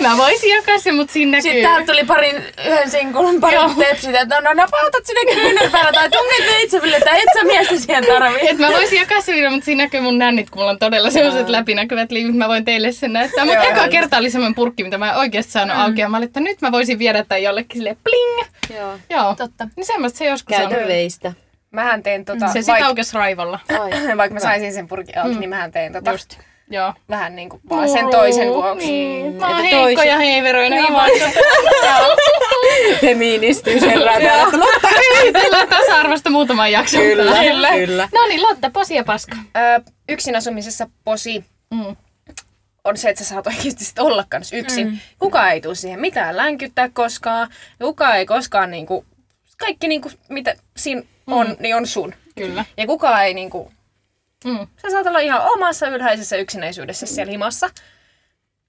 Speaker 3: Mä voisin jakaa sen, mut siinä näkyy.
Speaker 4: Sitten täältä tuli parin, yhden sinkulun parin tepsit, että no, no napautat sinne kyynärpäällä tai tunnet itseville, että et sä miestä siihen tarvii.
Speaker 3: Et mä voisin jakaa se video, mutta siinä näkyy mun nännit, kun mulla on todella sellaiset läpinäkyvät liivit. Mä voin teille sen näyttää. Mutta eka kerta oli semmoinen purkki, mitä mä en oikeasti saanut mm. auki. Ja mä olin, että nyt mä voisin viedä tämän jollekin silleen pling.
Speaker 2: Joo.
Speaker 3: Joo.
Speaker 4: Totta.
Speaker 3: Niin semmoista se joskus
Speaker 2: Käytä
Speaker 3: on.
Speaker 2: veistä.
Speaker 1: Mähän teen tota,
Speaker 3: Se sit
Speaker 1: vaikka,
Speaker 3: aukesi raivolla.
Speaker 2: Ai.
Speaker 1: vaikka mä saisin sen purkin auki, niin mähän teen tota.
Speaker 3: Mm. Just. Joo.
Speaker 1: Vähän niinku vaan sen toisen vuoksi.
Speaker 3: Niin. Mä oon
Speaker 2: Että
Speaker 3: heikko
Speaker 2: toisen-
Speaker 3: ja heiveröinen. Niin,
Speaker 1: Niin,
Speaker 3: mä
Speaker 1: vaan-
Speaker 2: Feministyys herää täällä. Lotta,
Speaker 3: oon tasa-arvosta muutama jakso.
Speaker 2: Kyllä, kyllä.
Speaker 3: No niin, Lotta, posi ja paska.
Speaker 1: Ö, yksin asumisessa posi.
Speaker 3: Mm.
Speaker 1: on se, että sä saat oikeasti sit olla kans yksin. Mm. Kuka ei tule siihen mitään länkyttää koskaan. Kuka ei koskaan niinku, kaikki niinku, mitä siinä on,
Speaker 3: Mm.
Speaker 1: niin on sun.
Speaker 3: Kyllä.
Speaker 1: Ja kuka ei niinku,
Speaker 3: Mm.
Speaker 1: sä saat olla ihan omassa ylhäisessä yksinäisyydessä siellä himassa.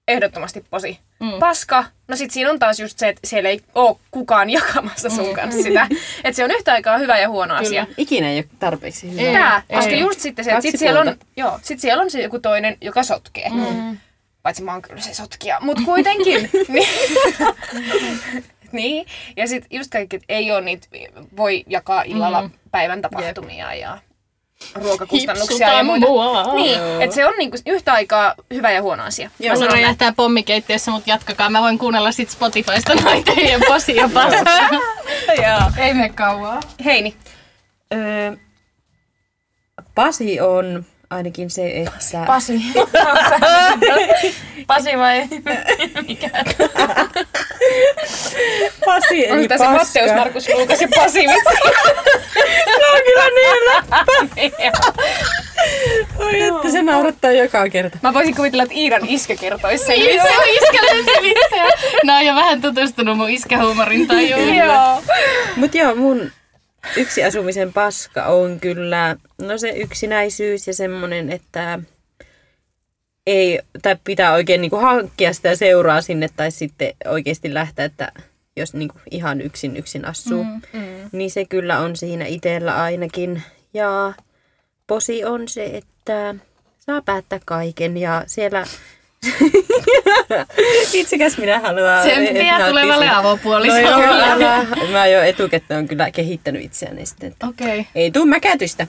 Speaker 1: Ehdottomasti posi.
Speaker 3: Mm.
Speaker 1: Paska, no sit siinä on taas just se, että siellä ei oo kukaan jakamassa sun kanssa sitä. Että se on yhtä aikaa hyvä ja huono asia.
Speaker 2: Ikinä ei ole tarpeeksi hyvä.
Speaker 3: Ei.
Speaker 1: Tää,
Speaker 3: Ei.
Speaker 1: koska just sitten se, että
Speaker 2: Kaksi
Speaker 1: sit siellä, on,
Speaker 2: puolta.
Speaker 1: joo, sit siellä on se joku toinen, joka sotkee. Mm. Paitsi mä oon kyllä se sotkija, mut kuitenkin. niin. niin. Ja sit just kaikki, että ei oo niitä, voi jakaa illalla mm. päivän tapahtumia ja ruokakustannuksia ja
Speaker 3: Hipsuta
Speaker 1: muita.
Speaker 3: mua.
Speaker 1: Niin, että se on niinku yhtä aikaa hyvä ja huono asia.
Speaker 2: Joo.
Speaker 3: Mulla räjähtää pommikeittiössä, mutta jatkakaa. Mä voin kuunnella sit Spotifysta noin teidän posia paskaa.
Speaker 4: Ei me kauaa.
Speaker 1: Heini.
Speaker 2: Öö, Pasi on ainakin se, että...
Speaker 4: Pasi. Pasi vai?
Speaker 2: Pasi
Speaker 1: Onko tässä Matteus, Markus, Luukas ja Pasi?
Speaker 2: Oi, että se naurattaa joka kerta.
Speaker 1: Mä voisin kuvitella, että Iidan iskä kertoisi sen.
Speaker 3: Niin, se on iskäläisen vitseä. Mä oon jo vähän tutustunut mun iskähuumorin tajuun.
Speaker 1: Joo.
Speaker 2: Mut joo, mun yksi asumisen paska on kyllä, no se yksinäisyys ja semmonen, että ei, tai pitää oikein niinku hankkia sitä seuraa sinne tai sitten oikeasti lähteä, että jos niinku ihan yksin yksin asuu, mm, mm. niin se kyllä on siinä itsellä ainakin. Ja posi on se, että saa päättää kaiken ja siellä... Itsekäs minä haluan.
Speaker 3: Tsemppiä
Speaker 2: että
Speaker 3: tulevalle
Speaker 2: nauttisi.
Speaker 3: avopuolisolle.
Speaker 2: No joo, älä. Mä jo etukäteen on kyllä kehittänyt itseäni sitten. Että
Speaker 3: Okei. Okay.
Speaker 2: ei tuu mäkätystä.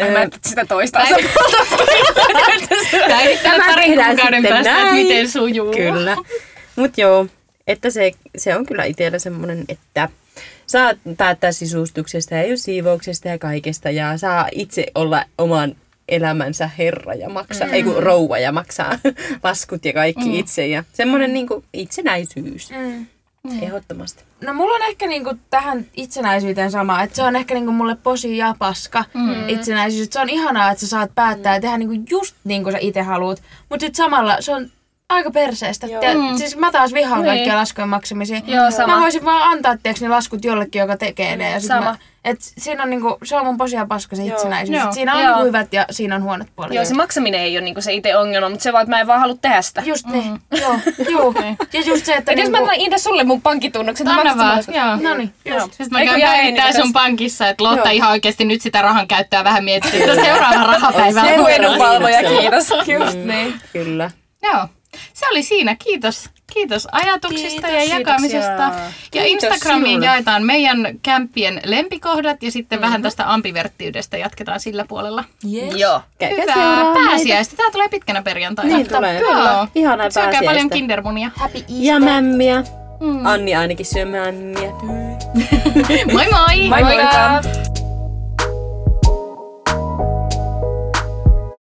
Speaker 2: Öö,
Speaker 1: Mä sitä toista.
Speaker 3: Tämä parin
Speaker 2: tehdään
Speaker 3: kuukauden
Speaker 2: sitten
Speaker 3: päästä, että
Speaker 2: näin.
Speaker 3: miten sujuu.
Speaker 2: Kyllä. Mut joo, että se, se on kyllä itsellä semmonen, että saa päättää sisustuksesta ja just siivouksesta ja kaikesta ja saa itse olla oman elämänsä herra ja maksaa, mm. ei kun rouva ja maksaa laskut ja kaikki mm. itse ja semmoinen niinku itsenäisyys. Mm. Ehdottomasti.
Speaker 4: No mulla on ehkä niinku tähän itsenäisyyteen sama, että se on ehkä niinku mulle posi ja paska mm. itsenäisyys. Et Se on ihanaa, että sä saat päättää ja tehdä niinku just niin kuin sä itse haluut, mutta sitten samalla se on aika perseestä. Ja, siis mä taas vihaan
Speaker 1: Mm. Niin.
Speaker 4: kaikkia laskujen maksamisia.
Speaker 1: Joo, sama.
Speaker 4: Mä voisin vaan antaa tieks ne laskut jollekin, joka tekee ne. Ja sit
Speaker 1: Sama.
Speaker 4: Mä, et siinä on niinku, se on mun posi ja paska se itsenäisyys.
Speaker 3: Joo.
Speaker 4: Et Siinä on
Speaker 1: Joo.
Speaker 4: niinku hyvät ja siinä on huonot puolet.
Speaker 1: Joo, se maksaminen ei ole niinku se itse ongelma, mutta se vaan, että mä en vaan halua tehdä sitä.
Speaker 4: Just niin. Joo, juu. Ja just se, että...
Speaker 1: Mm. Niin.
Speaker 4: niinku-
Speaker 1: Et jos mä annan Inda sulle mun pankkitunnukset, niin
Speaker 3: Anna
Speaker 1: maksat
Speaker 3: vaan.
Speaker 1: sä mulle-
Speaker 3: Joo.
Speaker 4: No niin, just.
Speaker 3: Sitten mä
Speaker 1: Ei, kun
Speaker 3: käyn
Speaker 1: jää
Speaker 3: päivittää
Speaker 1: ennen
Speaker 3: sun pankissa, että Lotta ihan oikeasti nyt sitä rahan käyttöä vähän miettii. Että seuraava rahapäivä
Speaker 2: Ei
Speaker 3: on
Speaker 1: Joku
Speaker 2: se voi.
Speaker 3: vuoro.
Speaker 1: edunvalvoja, kiitos. Just
Speaker 4: Niin.
Speaker 2: Kyllä.
Speaker 3: Joo. Se oli siinä. Kiitos. Kiitos ajatuksista
Speaker 1: Kiitos,
Speaker 3: ja jakamisesta.
Speaker 1: kiitoksia.
Speaker 3: Ja
Speaker 2: Kiitos
Speaker 3: Instagramiin
Speaker 2: sinulle.
Speaker 3: jaetaan meidän kämppien lempikohdat ja sitten vähän tästä ampiverttiydestä jatketaan sillä puolella.
Speaker 4: Yes.
Speaker 1: Joo.
Speaker 2: Käykää
Speaker 3: Hyvää
Speaker 2: seuraamaan
Speaker 3: pääsiäistä. Tämä tulee pitkänä perjantaina.
Speaker 2: Niin tulee.
Speaker 3: Joo.
Speaker 2: Ihanaa
Speaker 3: Syökää
Speaker 2: pääsiäistä.
Speaker 3: paljon kindermunia.
Speaker 4: Happy Easter.
Speaker 2: Ja Mm. mämmiä. Anni ainakin syö mämmiä.
Speaker 3: Moi moi!
Speaker 1: Moikka!